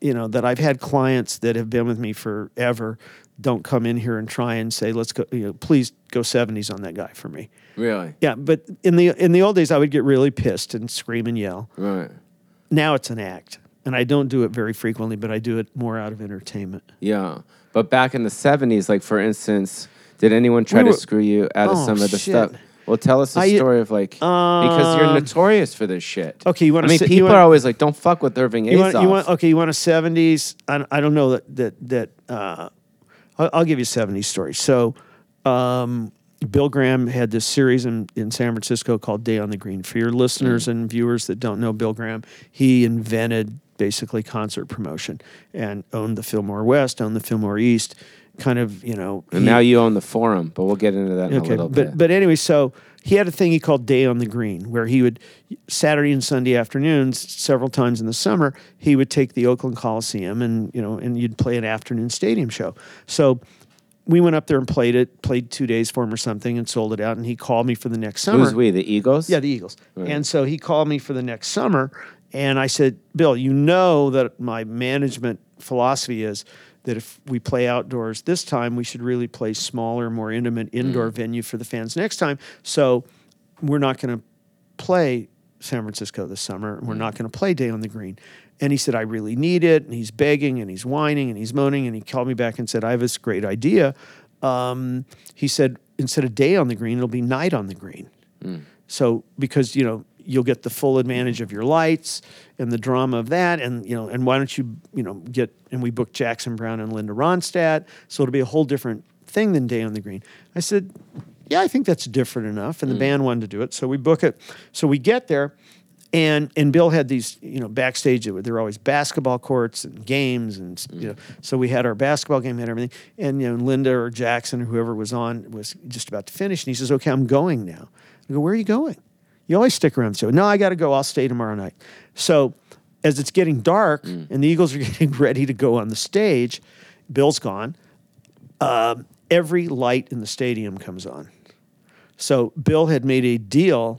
[SPEAKER 3] you know that I've had clients that have been with me forever don't come in here and try and say let's go you know please go seventies on that guy for me
[SPEAKER 2] really
[SPEAKER 3] yeah but in the in the old days I would get really pissed and scream and yell
[SPEAKER 2] right.
[SPEAKER 3] now it's an act and I don't do it very frequently but I do it more out of entertainment
[SPEAKER 2] Yeah, but back in the seventies, like for instance, did anyone try
[SPEAKER 3] We
[SPEAKER 2] to
[SPEAKER 3] were-
[SPEAKER 2] screw you out of
[SPEAKER 3] Oh,
[SPEAKER 2] some of the
[SPEAKER 3] shit.
[SPEAKER 2] stuff? Well, tell us the
[SPEAKER 3] I-
[SPEAKER 2] story of like because you're
[SPEAKER 3] Um,
[SPEAKER 2] notorious for this shit.
[SPEAKER 3] okay, you wanna
[SPEAKER 2] I mean,
[SPEAKER 3] sit- you
[SPEAKER 2] people
[SPEAKER 3] wanna-
[SPEAKER 2] are always like, "Don't fuck with Irving
[SPEAKER 3] you
[SPEAKER 2] Azoff."
[SPEAKER 3] want, you want okay you want a 70s I, I don't know that that that uh, I'll, I'll give you a 70s story so um, bill graham had this series in, in san francisco called day on the green for your
[SPEAKER 2] Mm.
[SPEAKER 3] listeners and viewers that don't know bill graham he invented basically concert promotion and owned the fillmore west owned the fillmore east kind of you know
[SPEAKER 2] and
[SPEAKER 3] he-
[SPEAKER 2] now you own the forum, but we'll get into that in a little
[SPEAKER 3] but,
[SPEAKER 2] bit.
[SPEAKER 3] But anyway, so he had a thing he called Day on the Green, where he would Saturday and Sunday afternoons, several times in the summer, he would take the Oakland Coliseum and you know, and you'd play an afternoon stadium show. So we went up there and played it, played two days for him or something, and sold it out. And he called me for the next summer.
[SPEAKER 2] Who's we? The Eagles?
[SPEAKER 3] Yeah, the Eagles. And so he called me for the next summer, and I said, Bill, you know that my management philosophy is that if we play outdoors this time, we should really play smaller, more intimate indoor venue for the fans next time. So we're not going to play San Francisco this summer. and We're not going to play Day on the Green. And he said, I really need it. And he's begging and he's whining and he's moaning. And he called me back and said, I have this great idea. Um, he said, instead of day on the green, it'll be night on the green. So because you know you'll get the full advantage of your lights and the drama of that, and you know, and why don't you you know get and we booked Jackson Brown and Linda Ronstadt, so it'll be a whole different thing than Day on the Green. I said, yeah, I think that's different enough, and the band wanted to do it, so we book it. So we get there. And, and Bill had these, you know, backstage, there were- there were always basketball courts and games. And, you know, so we had our basketball game, had everything. And, you know, Linda or Jackson or whoever was on was just about to finish. And he says, okay, I'm going now. I go, where are you going? You always stick around. So, no, I got to go. I'll stay tomorrow night. So, as it's getting dark and the Eagles are getting ready to go on the stage, Bill's gone. Um, every light in the stadium comes on. So, Bill had made a deal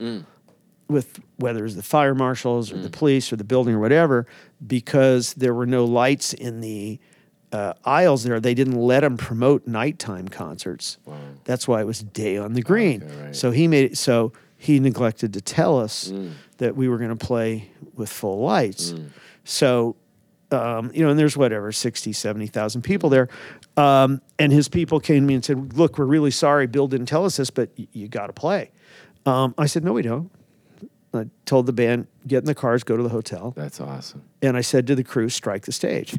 [SPEAKER 3] with whether it was the fire marshals or the police or the building or whatever, because there were no lights in the uh, aisles there. They didn't let them promote nighttime concerts. That's why it was day on the green.
[SPEAKER 2] right.
[SPEAKER 3] So he made it, so he neglected to tell us that we were going to play with full lights. So um, you know, and there's whatever 60, 70,000 people there. Um, and his people came to me and said, "Look, we're really sorry. Bill didn't tell us this, but y- you got to play." Um, I said, "No, we don't." I told the band, "Get in the cars, go to the hotel."
[SPEAKER 2] That's awesome.
[SPEAKER 3] and I said to the crew, strike the stage,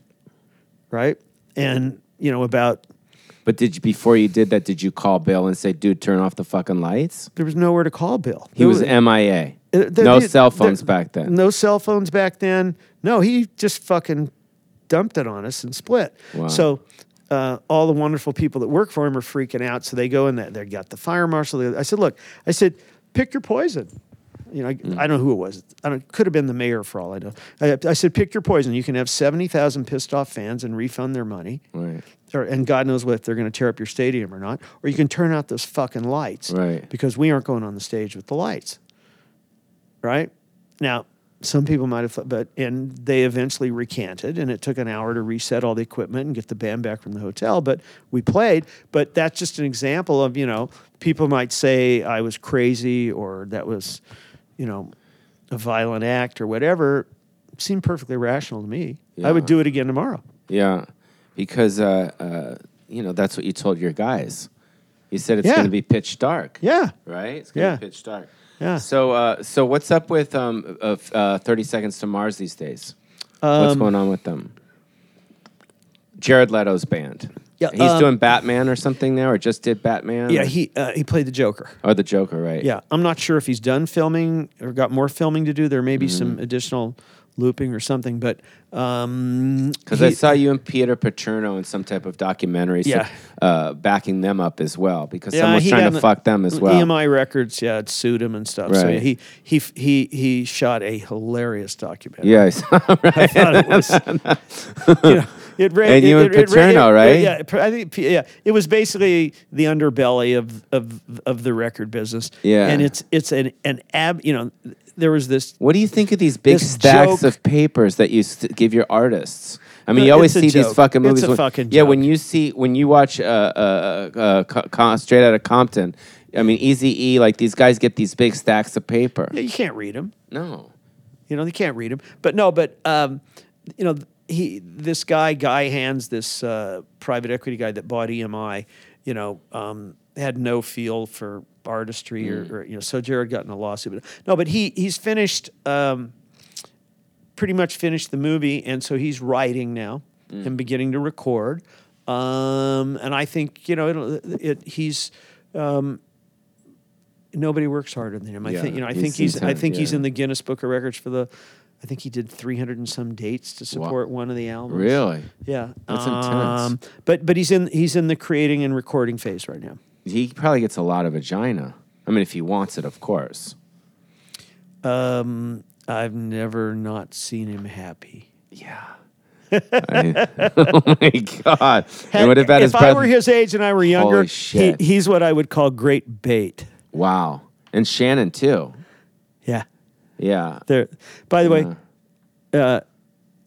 [SPEAKER 3] right? And you know, about
[SPEAKER 2] But did you before you did that? Did you call Bill and say, "Dude, turn off the fucking lights"?
[SPEAKER 3] there was nowhere to call Bill.
[SPEAKER 2] He was
[SPEAKER 3] Uh,
[SPEAKER 2] MIA. no cell phones back then.
[SPEAKER 3] No cell phones back then. No, he just fucking dumped it on us and split.
[SPEAKER 2] Wow.
[SPEAKER 3] So. Uh, all the wonderful people that work for him are freaking out. So they go in there. They got the fire marshal. They- I said, "Look, I said, pick your poison." You know, I,
[SPEAKER 2] Mm.
[SPEAKER 3] I don't know who it was. I don't, could have been the mayor for all I know. I, I said, "Pick your poison. You can have seventy thousand pissed off fans and refund their money."
[SPEAKER 2] Right.
[SPEAKER 3] or, and God knows what if they're going to tear up your stadium or not, or you can turn out those fucking lights,
[SPEAKER 2] Right.
[SPEAKER 3] Because we aren't going on the stage with the lights, right? Now, some people might have thought, but and they eventually recanted, and it took an hour to reset all the equipment and get the band back from the hotel. But we played. But that's just an example of you know people might say I was crazy or that was, you know, a violent act or whatever. Seemed perfectly rational to me. I would
[SPEAKER 2] Yeah.
[SPEAKER 3] do it again tomorrow.
[SPEAKER 2] Yeah, because uh, uh, you know that's what you told your guys. You said it's
[SPEAKER 3] Yeah.
[SPEAKER 2] going to be pitch dark.
[SPEAKER 3] Yeah.
[SPEAKER 2] Right. It's going to
[SPEAKER 3] Yeah.
[SPEAKER 2] be pitch dark.
[SPEAKER 3] Yeah.
[SPEAKER 2] So uh, so what's up with um, uh, uh, Thirty Seconds to Mars these days?
[SPEAKER 3] Um,
[SPEAKER 2] what's going on with them? Jared Leto's band.
[SPEAKER 3] Yeah,
[SPEAKER 2] He's
[SPEAKER 3] um,
[SPEAKER 2] doing Batman or something now, or just did Batman.
[SPEAKER 3] Yeah,
[SPEAKER 2] or-
[SPEAKER 3] he uh, he played the Joker.
[SPEAKER 2] or the Joker, right?
[SPEAKER 3] Yeah, I'm not sure if he's done filming or got more filming to do. There may be
[SPEAKER 2] Mm-hmm.
[SPEAKER 3] some additional looping or something, but um,
[SPEAKER 2] Because
[SPEAKER 3] he-
[SPEAKER 2] I saw you and Peter Paterno in some type of documentary, so,
[SPEAKER 3] Yeah.
[SPEAKER 2] uh, backing them up as well, because
[SPEAKER 3] yeah,
[SPEAKER 2] someone's
[SPEAKER 3] he
[SPEAKER 2] trying
[SPEAKER 3] got
[SPEAKER 2] to
[SPEAKER 3] in
[SPEAKER 2] fuck
[SPEAKER 3] the-
[SPEAKER 2] them as well.
[SPEAKER 3] EMI E Records, yeah, it sued him and stuff. So
[SPEAKER 2] Right.
[SPEAKER 3] yeah, he he he he shot a hilarious documentary.
[SPEAKER 2] Yeah, I saw,
[SPEAKER 3] I thought it was. you know, it ra-
[SPEAKER 2] And you
[SPEAKER 3] it-
[SPEAKER 2] and
[SPEAKER 3] it- it ra-
[SPEAKER 2] Paterno,
[SPEAKER 3] it-
[SPEAKER 2] right?
[SPEAKER 3] Yeah, pr- I think. Yeah, it was basically the underbelly of of of the record business.
[SPEAKER 2] Yeah.
[SPEAKER 3] and it's it's an an ab. You know, there was this
[SPEAKER 2] What do you think of these big
[SPEAKER 3] This
[SPEAKER 2] stacks
[SPEAKER 3] joke-
[SPEAKER 2] of papers that you s give your artists? I mean,
[SPEAKER 3] No,
[SPEAKER 2] you always
[SPEAKER 3] it's a
[SPEAKER 2] see these
[SPEAKER 3] joke.
[SPEAKER 2] fucking
[SPEAKER 3] It's
[SPEAKER 2] movies.
[SPEAKER 3] a
[SPEAKER 2] when-
[SPEAKER 3] fucking
[SPEAKER 2] yeah, when
[SPEAKER 3] joke.
[SPEAKER 2] you see when you watch uh, uh, uh, Co- Co- Straight Outta Compton, I mean, Easy E, like these guys get these big stacks of paper.
[SPEAKER 3] Yeah, you can't read them.
[SPEAKER 2] No,
[SPEAKER 3] You know, you can't read them. But no, but um, you know, he this guy Guy Hands, this uh, private equity guy that bought EMI, you know, um, had no feel for artistry
[SPEAKER 2] Mm.
[SPEAKER 3] or, or you know, so Jared got in a lawsuit. But, no, but he he's finished. Um, pretty much finished the movie, and so he's writing now
[SPEAKER 2] Mm.
[SPEAKER 3] and beginning to record. Um, and I think you know it'll, it. He's um, nobody works harder than him. I
[SPEAKER 2] Yeah,
[SPEAKER 3] think you know. I
[SPEAKER 2] he's
[SPEAKER 3] think he's. I
[SPEAKER 2] intense,
[SPEAKER 3] think he's
[SPEAKER 2] yeah.
[SPEAKER 3] in the Guinness Book of Records for the. I think he did three hundred and some dates to support one of the albums.
[SPEAKER 2] really.
[SPEAKER 3] Yeah, um,
[SPEAKER 2] That's intense.
[SPEAKER 3] But but he's in he's in the creating and recording phase right now.
[SPEAKER 2] He probably gets a lot of vagina. I mean, if he wants it, of course.
[SPEAKER 3] Um, I've never not seen him happy.
[SPEAKER 2] Yeah. I- oh my god! and what about
[SPEAKER 3] if
[SPEAKER 2] his
[SPEAKER 3] I
[SPEAKER 2] brother?
[SPEAKER 3] were his age and I were younger,
[SPEAKER 2] Holy shit.
[SPEAKER 3] He, he's what I would call great bait.
[SPEAKER 2] wow, and Shannon too.
[SPEAKER 3] Yeah.
[SPEAKER 2] Yeah,
[SPEAKER 3] There. By the way, uh,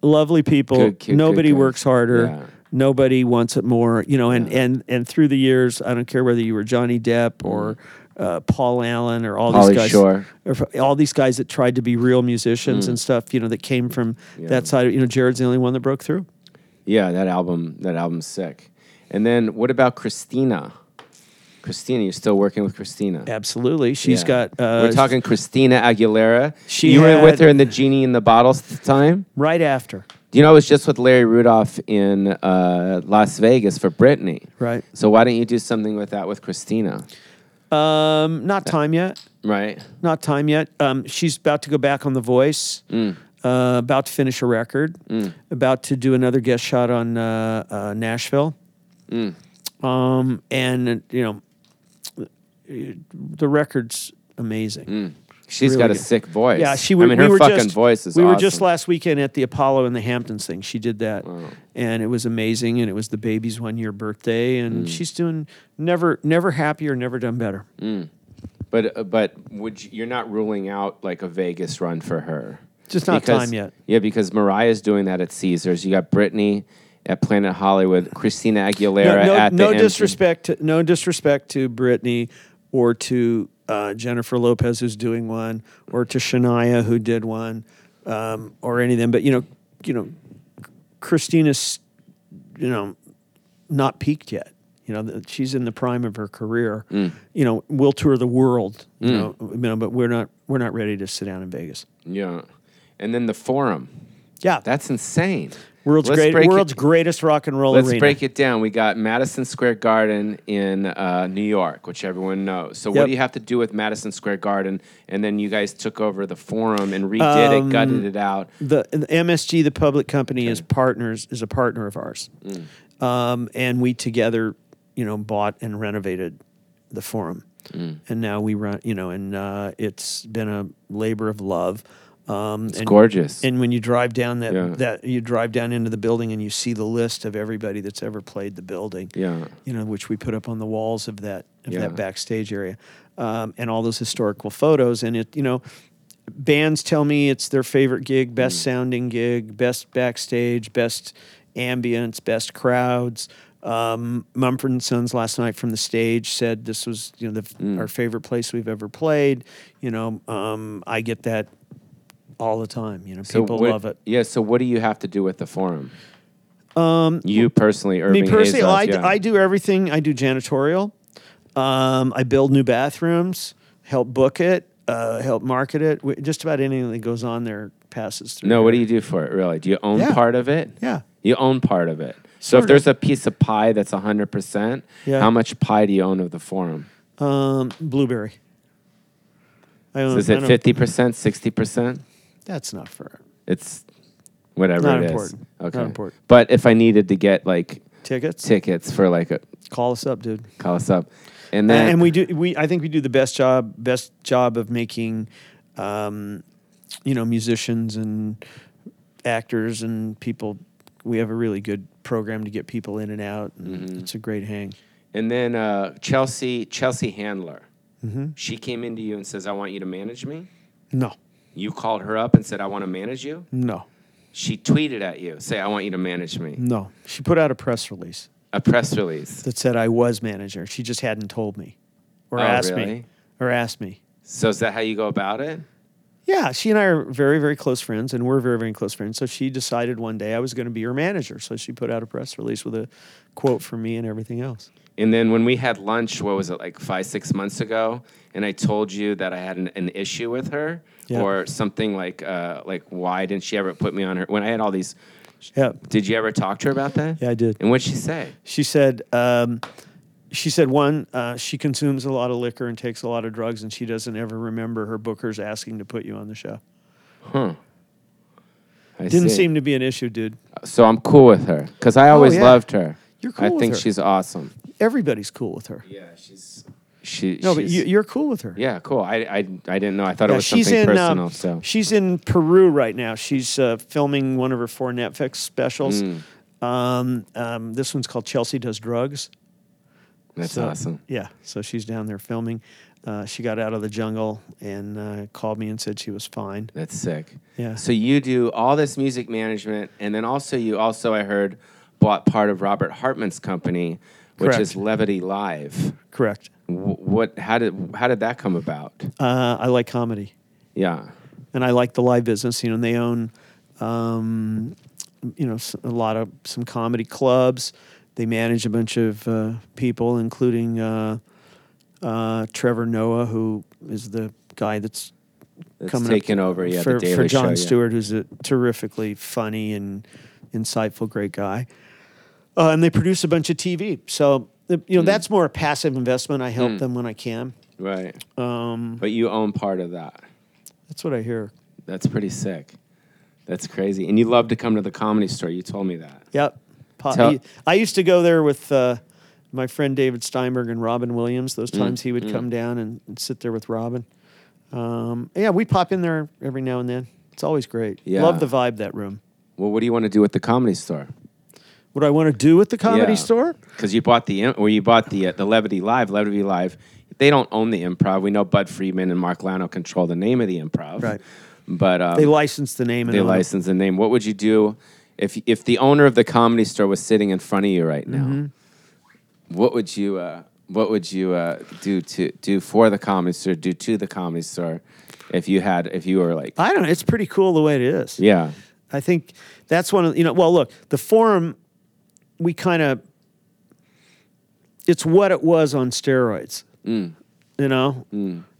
[SPEAKER 3] lovely people.
[SPEAKER 2] Good, good,
[SPEAKER 3] Nobody
[SPEAKER 2] good guys.
[SPEAKER 3] works harder.
[SPEAKER 2] Yeah.
[SPEAKER 3] Nobody wants it more. You know, and and and through the years, I don't care whether you were Johnny Depp or. Uh, Paul Allen or all
[SPEAKER 2] Pauly
[SPEAKER 3] these guys,
[SPEAKER 2] Mm. Shore. Mm.
[SPEAKER 3] or all these guys that tried to be real musicians and stuff, you know, that came from that side. Of, you know, Jared's the only one that broke through.
[SPEAKER 2] Yeah, that album. That album's sick. And then what about Christina? Christina, you're still working with Christina.
[SPEAKER 3] Absolutely, she's
[SPEAKER 2] Yeah.
[SPEAKER 3] got. Uh,
[SPEAKER 2] We're talking Christina Aguilera.
[SPEAKER 3] She
[SPEAKER 2] you were with
[SPEAKER 3] had-
[SPEAKER 2] her in the genie in the bottle th- time.
[SPEAKER 3] right after.
[SPEAKER 2] You know, I was just with Larry Rudolph in uh, Las Vegas for Britney.
[SPEAKER 3] Right.
[SPEAKER 2] So why don't you do something with that with Christina?
[SPEAKER 3] Um, not time yet.
[SPEAKER 2] Right.
[SPEAKER 3] Not time yet. Um, she's about to go back on The Voice.
[SPEAKER 2] Mm.
[SPEAKER 3] Uh, about to finish a record. About to do another guest shot on uh, uh, Nashville.
[SPEAKER 2] Mm.
[SPEAKER 3] Um, and uh, you know, the record's amazing.
[SPEAKER 2] Mm. She's
[SPEAKER 3] Really
[SPEAKER 2] got a
[SPEAKER 3] good.
[SPEAKER 2] sick voice.
[SPEAKER 3] Yeah, she.
[SPEAKER 2] I
[SPEAKER 3] We,
[SPEAKER 2] mean,
[SPEAKER 3] we
[SPEAKER 2] her
[SPEAKER 3] were
[SPEAKER 2] fucking
[SPEAKER 3] just,
[SPEAKER 2] voice is.
[SPEAKER 3] We were
[SPEAKER 2] awesome.
[SPEAKER 3] just last weekend at the Apollo in the Hamptons thing. She did that, and it was amazing. And it was the baby's one year birthday, and
[SPEAKER 2] Mm.
[SPEAKER 3] she's doing never, never happier, never done better.
[SPEAKER 2] But uh, but would you, you're not ruling out like a Vegas run for her?
[SPEAKER 3] Just not time yet.
[SPEAKER 2] Yeah, because Mariah's doing that at Caesars. You got Britney at Planet Hollywood, Christina Aguilera
[SPEAKER 3] no, no,
[SPEAKER 2] at the
[SPEAKER 3] no
[SPEAKER 2] MGM.
[SPEAKER 3] disrespect to no disrespect to Britney or to uh, Jennifer Lopez who's doing one or to Shania who did one um, or any of them but you know you know Christina's, you know, not peaked yet. You know, that she's in the prime of her career.
[SPEAKER 2] Mm.
[SPEAKER 3] You know, we'll tour the world. You, know, you know, but we're not we're not ready to sit down in Vegas.
[SPEAKER 2] Yeah. And then the forum.
[SPEAKER 3] Yeah,
[SPEAKER 2] That's insane.
[SPEAKER 3] world's
[SPEAKER 2] Let's
[SPEAKER 3] great,
[SPEAKER 2] break it-
[SPEAKER 3] world's greatest rock and roll
[SPEAKER 2] Let's
[SPEAKER 3] arena.
[SPEAKER 2] break it down. We got Madison Square Garden in uh, New York, which everyone knows. So, what
[SPEAKER 3] Yep.
[SPEAKER 2] do you have to do with Madison Square Garden? And then you guys took over the forum and redid it, gutted it out.
[SPEAKER 3] the, the MSG, the public company, is partners is a partner of ours,
[SPEAKER 2] Mm.
[SPEAKER 3] um, and we together, you know, bought and renovated the forum,
[SPEAKER 2] Mm.
[SPEAKER 3] and now we run, you know, and uh, it's been a labor of love. Um,
[SPEAKER 2] It's
[SPEAKER 3] and,
[SPEAKER 2] gorgeous.
[SPEAKER 3] And when you drive down that
[SPEAKER 2] Yeah.
[SPEAKER 3] that you drive down into the building and you see the list of everybody that's ever played the building,
[SPEAKER 2] Yeah.
[SPEAKER 3] you know, which we put up on the walls of that of
[SPEAKER 2] Yeah.
[SPEAKER 3] that backstage area, um, and all those historical photos. And it, you know, bands tell me it's their favorite gig, best
[SPEAKER 2] Mm.
[SPEAKER 3] sounding gig, best backstage, best ambience, best crowds. Um, Mumford and Sons last night from the stage said this was you know the,
[SPEAKER 2] Mm.
[SPEAKER 3] our favorite place we've ever played. You know, um, I get that all the time. You know,
[SPEAKER 2] So
[SPEAKER 3] people
[SPEAKER 2] what-
[SPEAKER 3] love it.
[SPEAKER 2] Yeah. So, what do you have to do with the forum? Um, you personally, Irving
[SPEAKER 3] me personally,
[SPEAKER 2] Azoff,
[SPEAKER 3] I,
[SPEAKER 2] uh, yeah.
[SPEAKER 3] I do everything. I do janitorial. Um, I build new bathrooms, help book it, uh, help market it. We, just about anything that goes on there passes through.
[SPEAKER 2] No, what do you do for it, really? Do you own
[SPEAKER 3] Yeah.
[SPEAKER 2] part of it?
[SPEAKER 3] Yeah.
[SPEAKER 2] You own part of it. So
[SPEAKER 3] Sort
[SPEAKER 2] if
[SPEAKER 3] of.
[SPEAKER 2] there's a piece of pie that's 100%,
[SPEAKER 3] Yeah.
[SPEAKER 2] how much pie do you own of the forum?
[SPEAKER 3] Um, blueberry. I
[SPEAKER 2] So
[SPEAKER 3] own,
[SPEAKER 2] is
[SPEAKER 3] Uh, I
[SPEAKER 2] it
[SPEAKER 3] don't-
[SPEAKER 2] 50%, 60%?
[SPEAKER 3] That's not fair.
[SPEAKER 2] It's whatever
[SPEAKER 3] Not
[SPEAKER 2] it is.
[SPEAKER 3] important. Not
[SPEAKER 2] Okay.
[SPEAKER 3] important.
[SPEAKER 2] But if I needed to get like
[SPEAKER 3] Tickets?
[SPEAKER 2] tickets for like a
[SPEAKER 3] Call us up, dude.
[SPEAKER 2] call us up. And
[SPEAKER 3] A-
[SPEAKER 2] then
[SPEAKER 3] and we do. We I think we do the best job. Best job of making, um, you know, musicians and actors and people. We have a really good program to get people in and out. And
[SPEAKER 2] Mm-hmm.
[SPEAKER 3] It's a great hang.
[SPEAKER 2] and then uh, Chelsea Chelsea Handler.
[SPEAKER 3] Mm-hmm.
[SPEAKER 2] She came into you and says, "I want you to manage me."
[SPEAKER 3] No,
[SPEAKER 2] You called her up and said, "I want to manage you."
[SPEAKER 3] no,
[SPEAKER 2] She tweeted at you, "Say, I want you to manage me."
[SPEAKER 3] no. She put out a press release
[SPEAKER 2] A press release.
[SPEAKER 3] that said I was manager. She just hadn't told me, or
[SPEAKER 2] Oh,
[SPEAKER 3] asked
[SPEAKER 2] really?
[SPEAKER 3] me, or asked me.
[SPEAKER 2] So is that how you go about it?
[SPEAKER 3] Yeah, she and I are very, very close friends, and we're very, very close friends. So she decided one day I was going to be her manager. So she put out a press release with a quote from me and everything else.
[SPEAKER 2] And then when we had lunch, what was it like five, six months ago? And I told you that I had an, an issue with her,
[SPEAKER 3] Yeah.
[SPEAKER 2] or something like, uh, like why didn't she ever put me on her? When I had all these,
[SPEAKER 3] Yeah,
[SPEAKER 2] did you ever talk to her about that?
[SPEAKER 3] Yeah, I did.
[SPEAKER 2] And what'd she say?
[SPEAKER 3] she said. Um, she said one, uh, she consumes a lot of liquor and takes a lot of drugs, and she doesn't ever remember her bookers asking to put you on the show.
[SPEAKER 2] I
[SPEAKER 3] Didn't
[SPEAKER 2] see.
[SPEAKER 3] seem to be an issue, dude.
[SPEAKER 2] so. I'm cool with her because I always
[SPEAKER 3] yeah.
[SPEAKER 2] loved her.
[SPEAKER 3] You're
[SPEAKER 2] I
[SPEAKER 3] cool with
[SPEAKER 2] think
[SPEAKER 3] her.
[SPEAKER 2] she's awesome.
[SPEAKER 3] Everybody's cool with her.
[SPEAKER 2] Yeah, she's she.
[SPEAKER 3] No, but
[SPEAKER 2] she's-
[SPEAKER 3] you, you're cool with her.
[SPEAKER 2] yeah, cool. I, I I didn't know. I thought it was
[SPEAKER 3] she's
[SPEAKER 2] something
[SPEAKER 3] in uh,
[SPEAKER 2] personal. so
[SPEAKER 3] she's in Peru right now. She's uh, filming one of her four Netflix specials.
[SPEAKER 2] Mm.
[SPEAKER 3] Um, um, this one's called Chelsea Does Drugs.
[SPEAKER 2] that's
[SPEAKER 3] So-
[SPEAKER 2] awesome.
[SPEAKER 3] Yeah, so she's down there filming. Uh, she got out of the jungle and uh, called me and said she was fine.
[SPEAKER 2] That's sick.
[SPEAKER 3] Yeah.
[SPEAKER 2] So you do all this music management, and then also you also I heard bought part of Robert Hartman's company, which
[SPEAKER 3] Correct.
[SPEAKER 2] is Levity Live.
[SPEAKER 3] Correct.
[SPEAKER 2] Wh- What? How did how did that come about?
[SPEAKER 3] Uh, I like comedy.
[SPEAKER 2] Yeah.
[SPEAKER 3] and I like the live business. You know, and they own, um, you know, s- a lot of some comedy clubs. They manage a bunch of uh, people, including uh, uh, Trevor Noah, who is the guy that's
[SPEAKER 2] It's
[SPEAKER 3] coming
[SPEAKER 2] taken
[SPEAKER 3] up
[SPEAKER 2] over. Yeah.
[SPEAKER 3] for,
[SPEAKER 2] the Daily
[SPEAKER 3] for John
[SPEAKER 2] Show, yeah.
[SPEAKER 3] Stewart, who's a terrifically funny and insightful, great guy. Uh, and they produce a bunch of TV, so the-
[SPEAKER 2] Mm-hmm.
[SPEAKER 3] you know that's more a passive investment. I
[SPEAKER 2] Mm.
[SPEAKER 3] help them when I can.
[SPEAKER 2] Right. Um. But you own part of that.
[SPEAKER 3] That's what I hear.
[SPEAKER 2] That's pretty sick. That's crazy. And you love to come to the comedy store. You told me that.
[SPEAKER 3] Yep. Po-
[SPEAKER 2] Tell-
[SPEAKER 3] I- I used to go there with uh, my friend David Steinberg and Robin Williams. Those
[SPEAKER 2] Mm,
[SPEAKER 3] times he would come down and, and sit there with Robin. Um, yeah, we pop in there every now and then. It's always great.
[SPEAKER 2] Yeah.
[SPEAKER 3] Love the vibe that room.
[SPEAKER 2] Well, what do you want to do with the comedy store?
[SPEAKER 3] What I want to do with the comedy
[SPEAKER 2] Yeah.
[SPEAKER 3] store?
[SPEAKER 2] Because you bought the or you bought the uh, the Levity Live, Levity Live. They don't own the Improv. We know Bud Friedman and Mark Lano control the name of the Improv.
[SPEAKER 3] Right.
[SPEAKER 2] But um,
[SPEAKER 3] They
[SPEAKER 2] they,
[SPEAKER 3] license the name and own it.
[SPEAKER 2] license the name. What would you do if if the owner of the comedy store was sitting in front of you right now?
[SPEAKER 3] Mm-hmm.
[SPEAKER 2] What would you uh, What would you uh, do to do for the comedy store? Do to the comedy store if you had if you were like
[SPEAKER 3] I don't know. It's pretty cool the way it is.
[SPEAKER 2] yeah.
[SPEAKER 3] I think that's one of you know. Well, look, the forum we kind of it's what it was on steroids.
[SPEAKER 2] mm,
[SPEAKER 3] You know,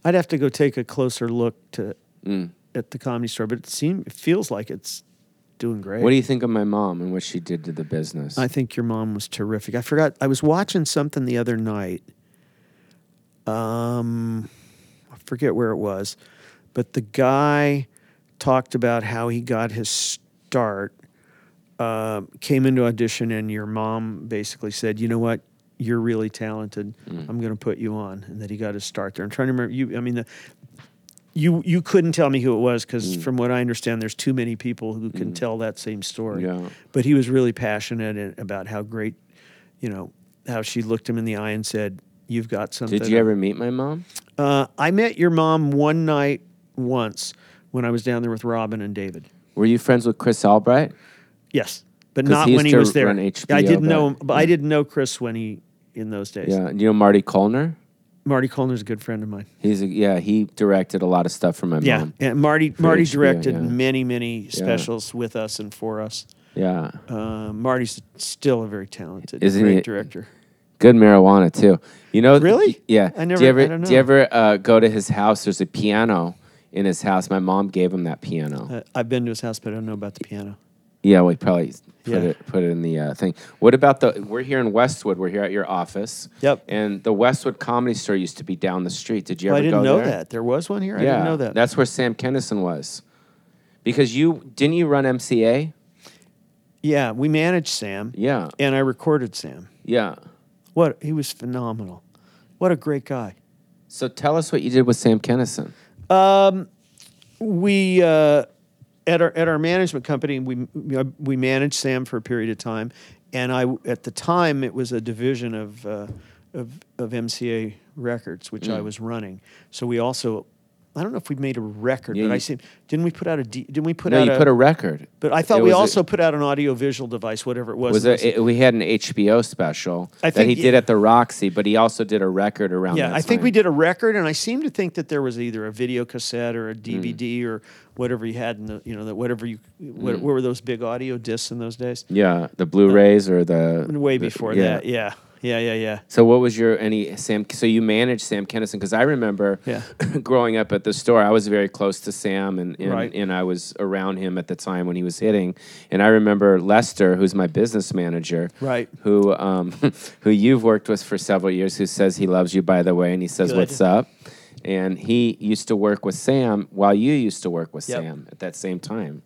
[SPEAKER 3] I'd have to go take a closer look to
[SPEAKER 2] mm.
[SPEAKER 3] at the comedy store, but it seems it feels like it's doing great.
[SPEAKER 2] What do you think of my mom and what she did to the business?
[SPEAKER 3] I think your mom was terrific. I forgot. I was watching something the other night. Um, I forget where it was, but the guy talked about how he got his start. Uh, came into audition, and your mom basically said, "You know what? You're really talented. I'm going to put you on." And that he got his start there. I'm trying to remember. You, I mean, the, you you couldn't tell me who it was because, from what I understand, there's too many people who can tell that same story
[SPEAKER 2] Yeah.
[SPEAKER 3] but he was really passionate and- about how great, you know, how she looked him in the eye and said, "You've got something."
[SPEAKER 2] did you ever meet my mom?
[SPEAKER 3] Uh, I met your mom one night once when I was down there with Robin and David.
[SPEAKER 2] Were you friends with Chris Albright?
[SPEAKER 3] Yes, but
[SPEAKER 2] 'Cause
[SPEAKER 3] not
[SPEAKER 2] he used
[SPEAKER 3] when he
[SPEAKER 2] to
[SPEAKER 3] was there.
[SPEAKER 2] run
[SPEAKER 3] I
[SPEAKER 2] HBO
[SPEAKER 3] didn't know him,
[SPEAKER 2] back-
[SPEAKER 3] but I didn't know Chris when he in those days.
[SPEAKER 2] Yeah. Do you know Marty Colner?
[SPEAKER 3] Marty Colner's a good friend of mine.
[SPEAKER 2] He's a, yeah. He directed a lot of stuff for my
[SPEAKER 3] Yeah,
[SPEAKER 2] mom.
[SPEAKER 3] and Marty Marty
[SPEAKER 2] HBO,
[SPEAKER 3] directed
[SPEAKER 2] yeah.
[SPEAKER 3] many many specials with us and for us.
[SPEAKER 2] Yeah.
[SPEAKER 3] Uh, Marty's still a very talented,
[SPEAKER 2] Isn't
[SPEAKER 3] great
[SPEAKER 2] he-
[SPEAKER 3] director.
[SPEAKER 2] Good marijuana too. You know?
[SPEAKER 3] Really?
[SPEAKER 2] Yeah.
[SPEAKER 3] I never-
[SPEAKER 2] Do you
[SPEAKER 3] I
[SPEAKER 2] ever
[SPEAKER 3] don't
[SPEAKER 2] do you
[SPEAKER 3] know.
[SPEAKER 2] ever uh, go to his house? There's a piano in his house. My mom gave him that piano.
[SPEAKER 3] Uh, I've been to his house, but I don't know about the piano.
[SPEAKER 2] Yeah, we probably put
[SPEAKER 3] Yeah.
[SPEAKER 2] it put it in the uh, thing. What about the? We're here in Westwood. We're here at your office.
[SPEAKER 3] Yep.
[SPEAKER 2] And the Westwood Comedy Store used to be down the street. Did you
[SPEAKER 3] Oh,
[SPEAKER 2] ever
[SPEAKER 3] I didn't
[SPEAKER 2] go
[SPEAKER 3] know
[SPEAKER 2] there?
[SPEAKER 3] that. There was one here. I
[SPEAKER 2] Yeah,
[SPEAKER 3] didn't know that.
[SPEAKER 2] That's where Sam Kennison was, because you didn't you run MCA?
[SPEAKER 3] yeah, we managed Sam.
[SPEAKER 2] Yeah.
[SPEAKER 3] And I recorded Sam.
[SPEAKER 2] Yeah.
[SPEAKER 3] What he was phenomenal. What a great guy.
[SPEAKER 2] So tell us what you did with Sam Kennison.
[SPEAKER 3] Um, we uh, at our at our management company we uh, we managed Sam for a period of time, and I at the time it was a division of uh, of, of MCA Records which
[SPEAKER 2] Mm.
[SPEAKER 3] I was running. So we also I don't know if we made a record,
[SPEAKER 2] Yeah,
[SPEAKER 3] but I
[SPEAKER 2] you-
[SPEAKER 3] see didn't we put out a D, didn't we put
[SPEAKER 2] No,
[SPEAKER 3] out
[SPEAKER 2] you
[SPEAKER 3] a,
[SPEAKER 2] put a record.
[SPEAKER 3] uh, but I thought
[SPEAKER 2] It
[SPEAKER 3] we
[SPEAKER 2] was a-
[SPEAKER 3] also put out an audio visual device whatever it was.
[SPEAKER 2] was
[SPEAKER 3] It
[SPEAKER 2] a, it- we had an HBO special
[SPEAKER 3] I
[SPEAKER 2] that
[SPEAKER 3] think
[SPEAKER 2] he
[SPEAKER 3] y-
[SPEAKER 2] did at the Roxy, but he also did a record around.
[SPEAKER 3] Yeah,
[SPEAKER 2] that
[SPEAKER 3] I think
[SPEAKER 2] time.
[SPEAKER 3] we did a record, and I seem to think that there was either a video cassette or a
[SPEAKER 2] Hmm.
[SPEAKER 3] DVD or whatever you had in the you know that whatever you
[SPEAKER 2] Hmm.
[SPEAKER 3] what, what were those big audio discs in those days?
[SPEAKER 2] Yeah, the Blu-rays or the
[SPEAKER 3] Way
[SPEAKER 2] the-
[SPEAKER 3] before
[SPEAKER 2] yeah.
[SPEAKER 3] that, yeah, yeah, yeah, yeah.
[SPEAKER 2] So what was your any Sam? So you managed Sam Kennison because I remember
[SPEAKER 3] Yeah.
[SPEAKER 2] growing up at the store. I was very close to Sam, and and,
[SPEAKER 3] Right.
[SPEAKER 2] and I was around him at the time when he was hitting. And I remember Lester, who's my business manager,
[SPEAKER 3] Right.
[SPEAKER 2] Who um, who you've worked with for several years, who says he loves you by the way, and he says
[SPEAKER 3] Good.
[SPEAKER 2] what's up. And he used to work with Sam while you used to work with
[SPEAKER 3] Yep.
[SPEAKER 2] Sam at that same time.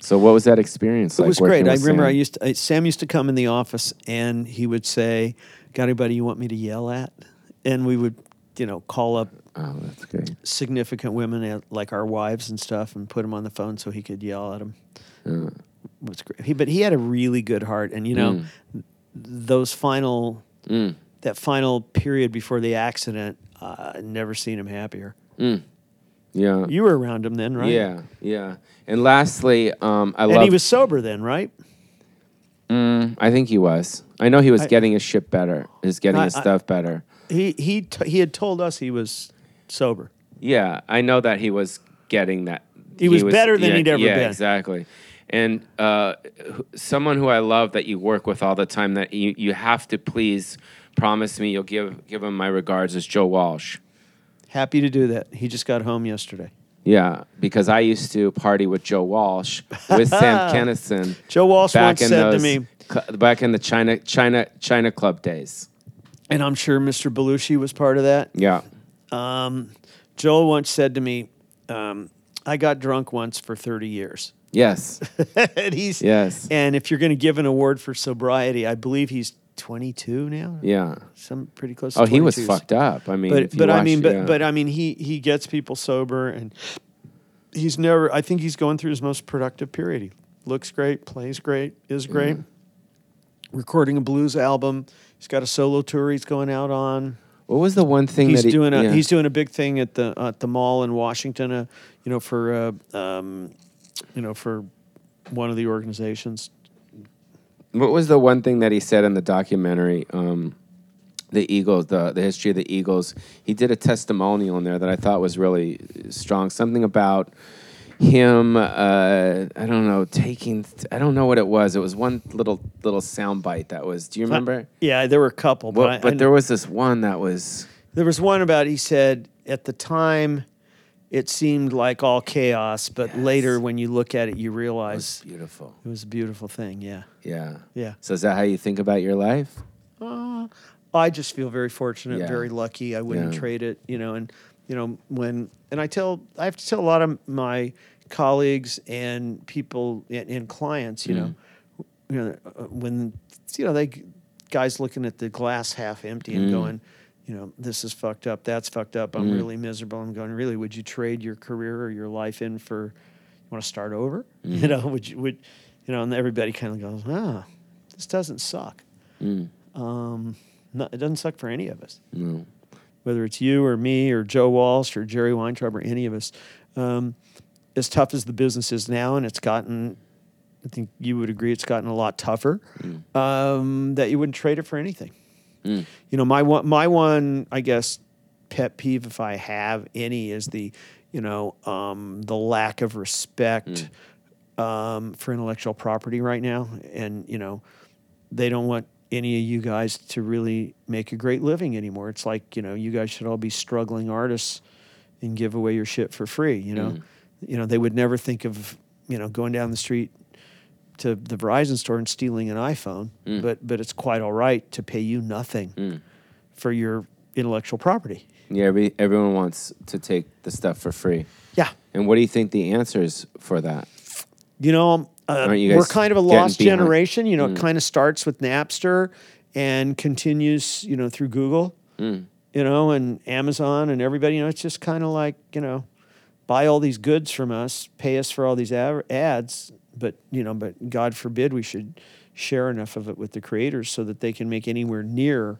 [SPEAKER 2] So what was that experience like?
[SPEAKER 3] it was
[SPEAKER 2] working
[SPEAKER 3] great. I
[SPEAKER 2] with
[SPEAKER 3] remember
[SPEAKER 2] Sam?
[SPEAKER 3] I used to, I, Sam used to come in the office and he would say, "Got anybody you want me to yell at?" And we would, you know, call up
[SPEAKER 2] Oh, that's great.
[SPEAKER 3] significant women at, like our wives and stuff and put him on the phone so he could yell at him.
[SPEAKER 2] Uh,
[SPEAKER 3] It was great. He, but he had a really good heart, and you know, th- those final that final period before the accident, uh, never seen him happier.
[SPEAKER 2] Yeah.
[SPEAKER 3] You were around him then, right?
[SPEAKER 2] Yeah, yeah. And lastly, um, I
[SPEAKER 3] And
[SPEAKER 2] love.
[SPEAKER 3] he was sober then, right?
[SPEAKER 2] I think he was. I know he was
[SPEAKER 3] I-
[SPEAKER 2] getting his shit better. Is getting
[SPEAKER 3] I-
[SPEAKER 2] his
[SPEAKER 3] I-
[SPEAKER 2] stuff better.
[SPEAKER 3] He he t- he had told us he was sober.
[SPEAKER 2] Yeah, I know that he was getting that.
[SPEAKER 3] He was better than
[SPEAKER 2] yeah,
[SPEAKER 3] he'd ever
[SPEAKER 2] yeah,
[SPEAKER 3] been.
[SPEAKER 2] Exactly. And uh, wh- someone who I love that you work with all the time that you, you have to please promise me you'll give give him my regards is Joe Walsh.
[SPEAKER 3] Happy to do that. He just got home yesterday.
[SPEAKER 2] Yeah, because I used to party with Joe Walsh with Sam Kennison.
[SPEAKER 3] Joe Walsh
[SPEAKER 2] back
[SPEAKER 3] once
[SPEAKER 2] in
[SPEAKER 3] said
[SPEAKER 2] those-
[SPEAKER 3] to me,
[SPEAKER 2] cl- back in the China China China Club days.
[SPEAKER 3] and I'm sure Mr. Belushi was part of that.
[SPEAKER 2] Yeah.
[SPEAKER 3] Um, Joel once said to me, um, "I got drunk once for 30 years."
[SPEAKER 2] Yes.
[SPEAKER 3] and he's
[SPEAKER 2] Yes.
[SPEAKER 3] And if you're going to give an award for sobriety, I believe he's 22 now.
[SPEAKER 2] Yeah.
[SPEAKER 3] Some pretty close.
[SPEAKER 2] Oh,
[SPEAKER 3] to
[SPEAKER 2] he was
[SPEAKER 3] 22s.
[SPEAKER 2] fucked up. I mean, if
[SPEAKER 3] But
[SPEAKER 2] you
[SPEAKER 3] but I
[SPEAKER 2] watch-
[SPEAKER 3] mean but
[SPEAKER 2] yeah.
[SPEAKER 3] but I mean he he gets people sober and he's never. I think he's going through his most productive period. He looks great, plays great, is great.
[SPEAKER 2] Mm.
[SPEAKER 3] Recording a blues album. He's got a solo tour he's going out on.
[SPEAKER 2] what was the one thing
[SPEAKER 3] He's
[SPEAKER 2] that he,
[SPEAKER 3] doing a
[SPEAKER 2] yeah.
[SPEAKER 3] he's doing a big thing at the at the mall in Washington, uh, you know, for uh, um, you know for one of the organizations.
[SPEAKER 2] What was the one thing that he said in the documentary? Um, the Eagles, the the history of the Eagles. He did a testimonial in there that I thought was really strong. Something about him. Uh, I don't know, taking. I don't know what it was. It was one little little sound bite that was. Do you remember?
[SPEAKER 3] Yeah, there were a couple, but,
[SPEAKER 2] Well,
[SPEAKER 3] I-
[SPEAKER 2] but
[SPEAKER 3] I-
[SPEAKER 2] there was this one that was.
[SPEAKER 3] There was one about he said at the time it seemed like all chaos, but later when you look at it, you
[SPEAKER 2] was
[SPEAKER 3] realize
[SPEAKER 2] beautiful.
[SPEAKER 3] it was a beautiful thing. Yeah.
[SPEAKER 2] Yeah.
[SPEAKER 3] Yeah.
[SPEAKER 2] So is that how you think about your life?
[SPEAKER 3] Uh, I just feel very fortunate,
[SPEAKER 2] Yeah.
[SPEAKER 3] very lucky. I wouldn't
[SPEAKER 2] Yeah.
[SPEAKER 3] trade it, you know. And you know when, and I tell, I have to tell a lot of my colleagues and people and, and clients, you know,
[SPEAKER 2] Mm.
[SPEAKER 3] you know, uh, when you know they guys looking at the glass half empty
[SPEAKER 2] Mm.
[SPEAKER 3] and going, you know, this is fucked up, that's fucked up. I'm really miserable. I'm going, really? Would you trade your career or your life in for? You want to start over?
[SPEAKER 2] Mm-hmm.
[SPEAKER 3] You know, would you would, you know? And everybody kind of goes, ah, this doesn't suck. Um, no, it doesn't suck for any of us.
[SPEAKER 2] No.
[SPEAKER 3] Whether it's you or me or Joe Walsh or Jerry Weintraub or any of us, um, as tough as the business is now, and it's gotten, I think you would agree, it's gotten a lot tougher. Um, that you wouldn't trade it for anything. You know, my one, my one, I guess, pet peeve, if I have any, is the, you know, um, the lack of respect um, for intellectual property right now, and you know, they don't want any of you guys to really make a great living anymore. It's like you know, you guys should all be struggling artists and give away your shit for free. You know, you know, they would never think of you know going down the street to the Verizon store and stealing an iPhone, but but it's quite all right to pay you nothing for your intellectual property.
[SPEAKER 2] Yeah. Every, everyone wants to take the stuff for free.
[SPEAKER 3] Yeah,
[SPEAKER 2] And what do you think the answer is for that?
[SPEAKER 3] you know, uh,
[SPEAKER 2] Aren't you
[SPEAKER 3] we're
[SPEAKER 2] guys
[SPEAKER 3] kind of a
[SPEAKER 2] getting
[SPEAKER 3] lost
[SPEAKER 2] behind- Mm.
[SPEAKER 3] generation. You know, it kind of starts with Napster and continues, you know, through Google,
[SPEAKER 2] Mm.
[SPEAKER 3] you know, and Amazon and everybody. You know, it's just kind of like you know, buy all these goods from us, pay us for all these ad- ads, but you know, but God forbid we should share enough of it with the creators so that they can make anywhere near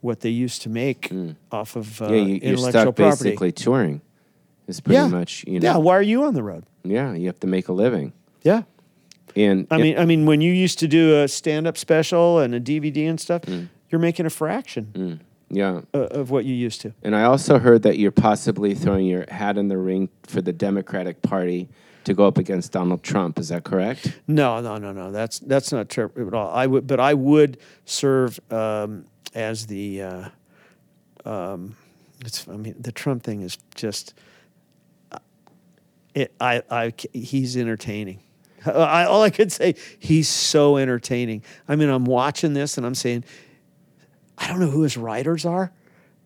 [SPEAKER 3] what they used to make off of uh,
[SPEAKER 2] Mm. yeah, you, you're
[SPEAKER 3] intellectual
[SPEAKER 2] stuck
[SPEAKER 3] property.
[SPEAKER 2] basically touring. It's pretty
[SPEAKER 3] Yeah.
[SPEAKER 2] much you
[SPEAKER 3] Yeah,
[SPEAKER 2] know.
[SPEAKER 3] why are you on the road?
[SPEAKER 2] Yeah. You have to make a living.
[SPEAKER 3] Yeah.
[SPEAKER 2] And
[SPEAKER 3] I
[SPEAKER 2] it-
[SPEAKER 3] mean, I mean, when you used to do a stand-up special and a DVD and stuff, you're making a fraction
[SPEAKER 2] Mm. yeah.
[SPEAKER 3] o- of what you used to.
[SPEAKER 2] And I also heard that you're possibly throwing your hat in the ring for the Democratic Party to go up against Donald Trump. Is that correct?
[SPEAKER 3] No, no, no, no. That's that's not true at all. I would, but I would serve um, as the. Uh, um, it's, I mean, the Trump thing is just. uh, It, I, I, c- he's entertaining. I, all I could say, he's so entertaining. I mean, I'm watching this and I'm saying, I don't know who his writers are,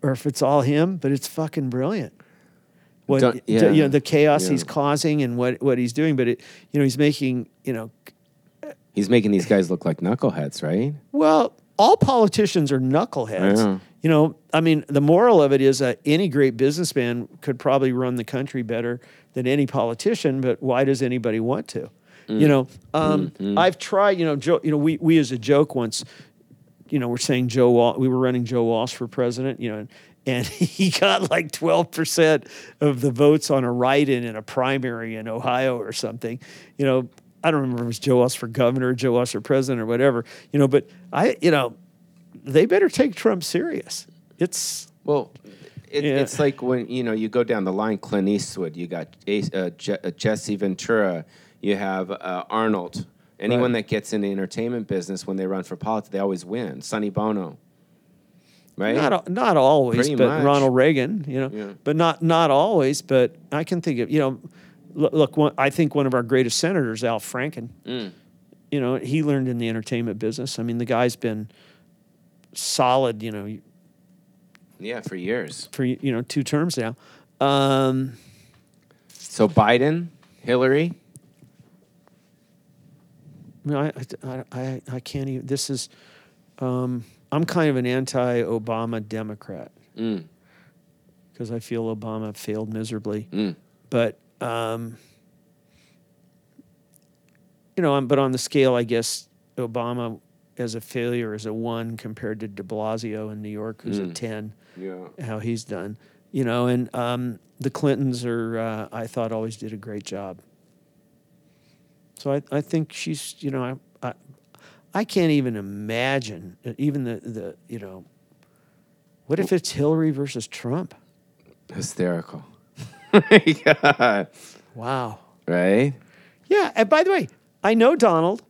[SPEAKER 3] or if it's all him, but it's fucking brilliant. What
[SPEAKER 2] Don't-
[SPEAKER 3] you know,
[SPEAKER 2] yeah,
[SPEAKER 3] the chaos he's
[SPEAKER 2] yeah.
[SPEAKER 3] causing and what, what he's doing, but it, you know, he's making you know
[SPEAKER 2] He's making these guys look like knuckleheads, right?
[SPEAKER 3] well, all politicians are knuckleheads.
[SPEAKER 2] Yeah.
[SPEAKER 3] You know, I mean, the moral of it is that any great businessman could probably run the country better than any politician, but why does anybody want to?
[SPEAKER 2] Mm.
[SPEAKER 3] You know, um,
[SPEAKER 2] Mm-hmm.
[SPEAKER 3] I've tried, you know, Joe, you know, we, we as a joke once, you know, we're saying Joe Walsh, we were running Joe Walsh for president, you know, and, and he got like 12% of the votes on a write in in a primary in Ohio or something. You know, I don't remember if it was Joe Walsh for governor, Joe Walsh for president, or whatever, you know, but I, you know, they better take Trump serious. It's,
[SPEAKER 2] Well, it,
[SPEAKER 3] Yeah.
[SPEAKER 2] it's like when you know you go down the line. Clint Eastwood, you got Ace- uh, Je- uh, Jesse Ventura, you have uh, Arnold. Anyone that gets in the entertainment business when they run for politics, they always win. Sonny Bono, right?
[SPEAKER 3] Not al- not always,
[SPEAKER 2] Pretty
[SPEAKER 3] but
[SPEAKER 2] much.
[SPEAKER 3] Ronald Reagan, you know,
[SPEAKER 2] Yeah.
[SPEAKER 3] but not not always. But I can think of you know, look, look one, I think one of our greatest senators, Al Franken,
[SPEAKER 2] Mm.
[SPEAKER 3] you know, he learned in the entertainment business. I mean, the guy's been solid, you know,
[SPEAKER 2] yeah, for years.
[SPEAKER 3] for you know two terms now. Um,
[SPEAKER 2] So Biden, Hillary,
[SPEAKER 3] I, mean, I, I, I, I can't even. This is, um, I'm kind of an anti-Obama Democrat
[SPEAKER 2] Mm.
[SPEAKER 3] because I feel Obama failed miserably.
[SPEAKER 2] mm.
[SPEAKER 3] But um, you know, I'm, but on the scale, I guess Obama as a failure is a one compared to De Blasio in New York, who's a ten.
[SPEAKER 2] yeah,
[SPEAKER 3] How he's done, you know, and um, the Clintons are, uh, I thought, always did a great job. So I, I think she's, you know, I, I, I can't even imagine, uh, even the, the, you know, what if it's Hillary versus Trump?
[SPEAKER 2] hysterical. Oh God.
[SPEAKER 3] Wow.
[SPEAKER 2] right?
[SPEAKER 3] Yeah. And by the way, I know Donald.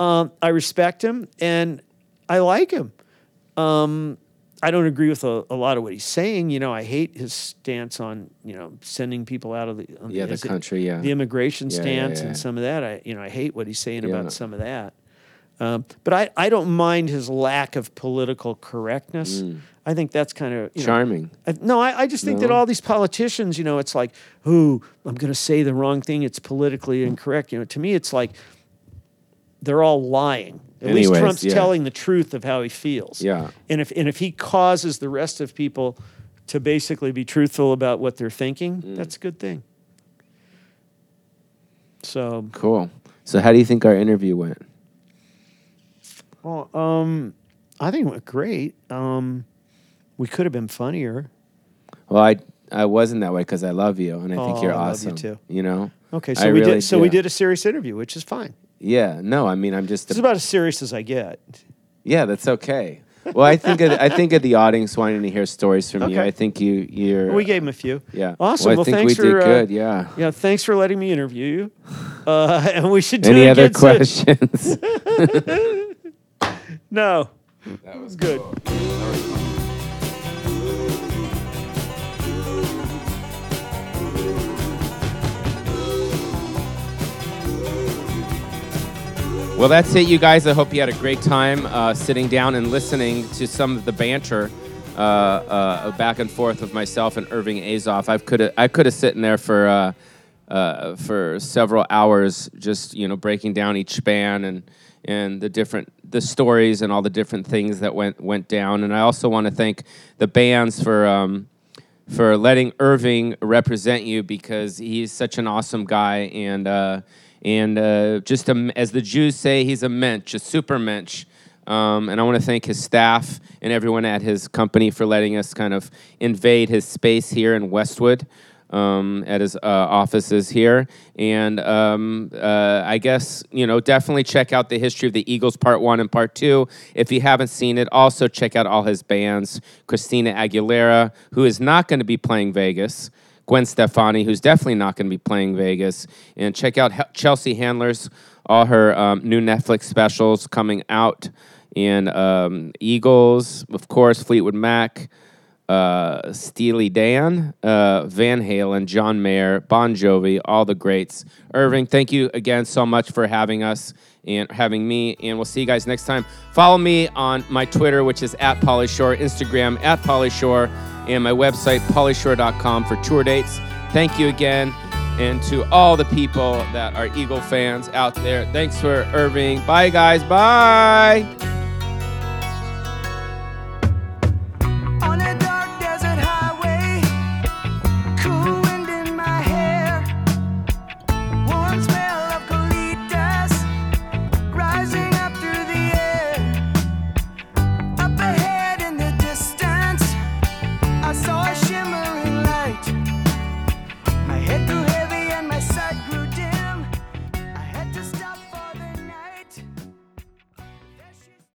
[SPEAKER 3] Um, I respect him and I like him. Um, I don't agree with a, a lot of what he's saying. You know, I hate his stance on you know sending people out of the on
[SPEAKER 2] Yeah, the
[SPEAKER 3] is it-
[SPEAKER 2] country, yeah.
[SPEAKER 3] the immigration
[SPEAKER 2] Yeah, yeah,
[SPEAKER 3] stance
[SPEAKER 2] yeah, yeah.
[SPEAKER 3] and some of that. I you know I hate what he's saying
[SPEAKER 2] no.
[SPEAKER 3] about some of that. Um, but I, I don't mind his lack of political correctness. I think that's kind of you know,
[SPEAKER 2] Mm. Charming.
[SPEAKER 3] I, Uh, no, I, I just think that
[SPEAKER 2] No?
[SPEAKER 3] all these politicians, you know, it's like, ooh, I'm going to say the wrong thing. It's politically incorrect. You know, to me, it's like they're all lying. At least
[SPEAKER 2] Anyways,
[SPEAKER 3] Trump's
[SPEAKER 2] yeah.
[SPEAKER 3] telling the truth of how he feels.
[SPEAKER 2] Yeah.
[SPEAKER 3] And if and if he causes the rest of people to basically be truthful about what they're thinking, that's a good thing. So,
[SPEAKER 2] Cool. So, how do you think our interview went?
[SPEAKER 3] well, um, I think it went great. Um, we could have been funnier.
[SPEAKER 2] Well, I I wasn't that way because I love you and I think
[SPEAKER 3] Oh,
[SPEAKER 2] you're
[SPEAKER 3] I love you
[SPEAKER 2] awesome.
[SPEAKER 3] too.
[SPEAKER 2] know.
[SPEAKER 3] Okay,
[SPEAKER 2] I
[SPEAKER 3] so we
[SPEAKER 2] really
[SPEAKER 3] did. So we
[SPEAKER 2] do.
[SPEAKER 3] did a serious interview, which is fine.
[SPEAKER 2] Yeah. No, I mean, I'm just.
[SPEAKER 3] It's about as serious as I get.
[SPEAKER 2] yeah, that's okay. Well, I think of, I think of the audience wanting to hear stories from you.
[SPEAKER 3] Okay.
[SPEAKER 2] I think you you're.
[SPEAKER 3] We gave him a few.
[SPEAKER 2] Yeah.
[SPEAKER 3] Awesome.
[SPEAKER 2] Well, I
[SPEAKER 3] Well,
[SPEAKER 2] think
[SPEAKER 3] thanks
[SPEAKER 2] we did
[SPEAKER 3] for uh,
[SPEAKER 2] good. Yeah.
[SPEAKER 3] yeah, Thanks for letting me interview you. Uh, and we should do
[SPEAKER 2] Any
[SPEAKER 3] it
[SPEAKER 2] other
[SPEAKER 3] again soon.
[SPEAKER 2] questions?
[SPEAKER 3] No. That was good.
[SPEAKER 2] Well, that's it, you guys. I hope you had a great time uh, sitting down and listening to some of the banter uh, uh, back and forth of myself and Irving Azoff. I could I could have sitting there for uh, uh, for several hours, just you know, breaking down each band and and the different the stories and all the different things that went went down. And I also want to thank the bands for. Um, for letting Irving represent you because he's such an awesome guy and uh, and uh, just a, as the Jews say, he's a mensch, a super mensch. Um, and I want to thank his staff and everyone at his company for letting us kind of invade his space here in Westwood um, at his uh, offices here. And um, uh, I guess, you know, definitely check out the history of the Eagles part one and part two. If you haven't seen it, also check out all his bands Christina Aguilera, who is not going to be playing Vegas. Gwen Stefani, who's definitely not going to be playing Vegas, and check out Hel- Chelsea Handler's all her um, new Netflix specials coming out, and um, Eagles, of course, Fleetwood Mac, uh, Steely Dan, uh, Van Halen, John Mayer, Bon Jovi, all the greats. Irving, thank you again so much for having us and having me. And we'll see you guys next time. Follow me on my Twitter, which is at Polyshore, Instagram at Polyshore, and my website, polyshore.com for tour dates. Thank you again. And to all the people that are Eagle fans out there, thanks for Irving. Bye, guys. Bye.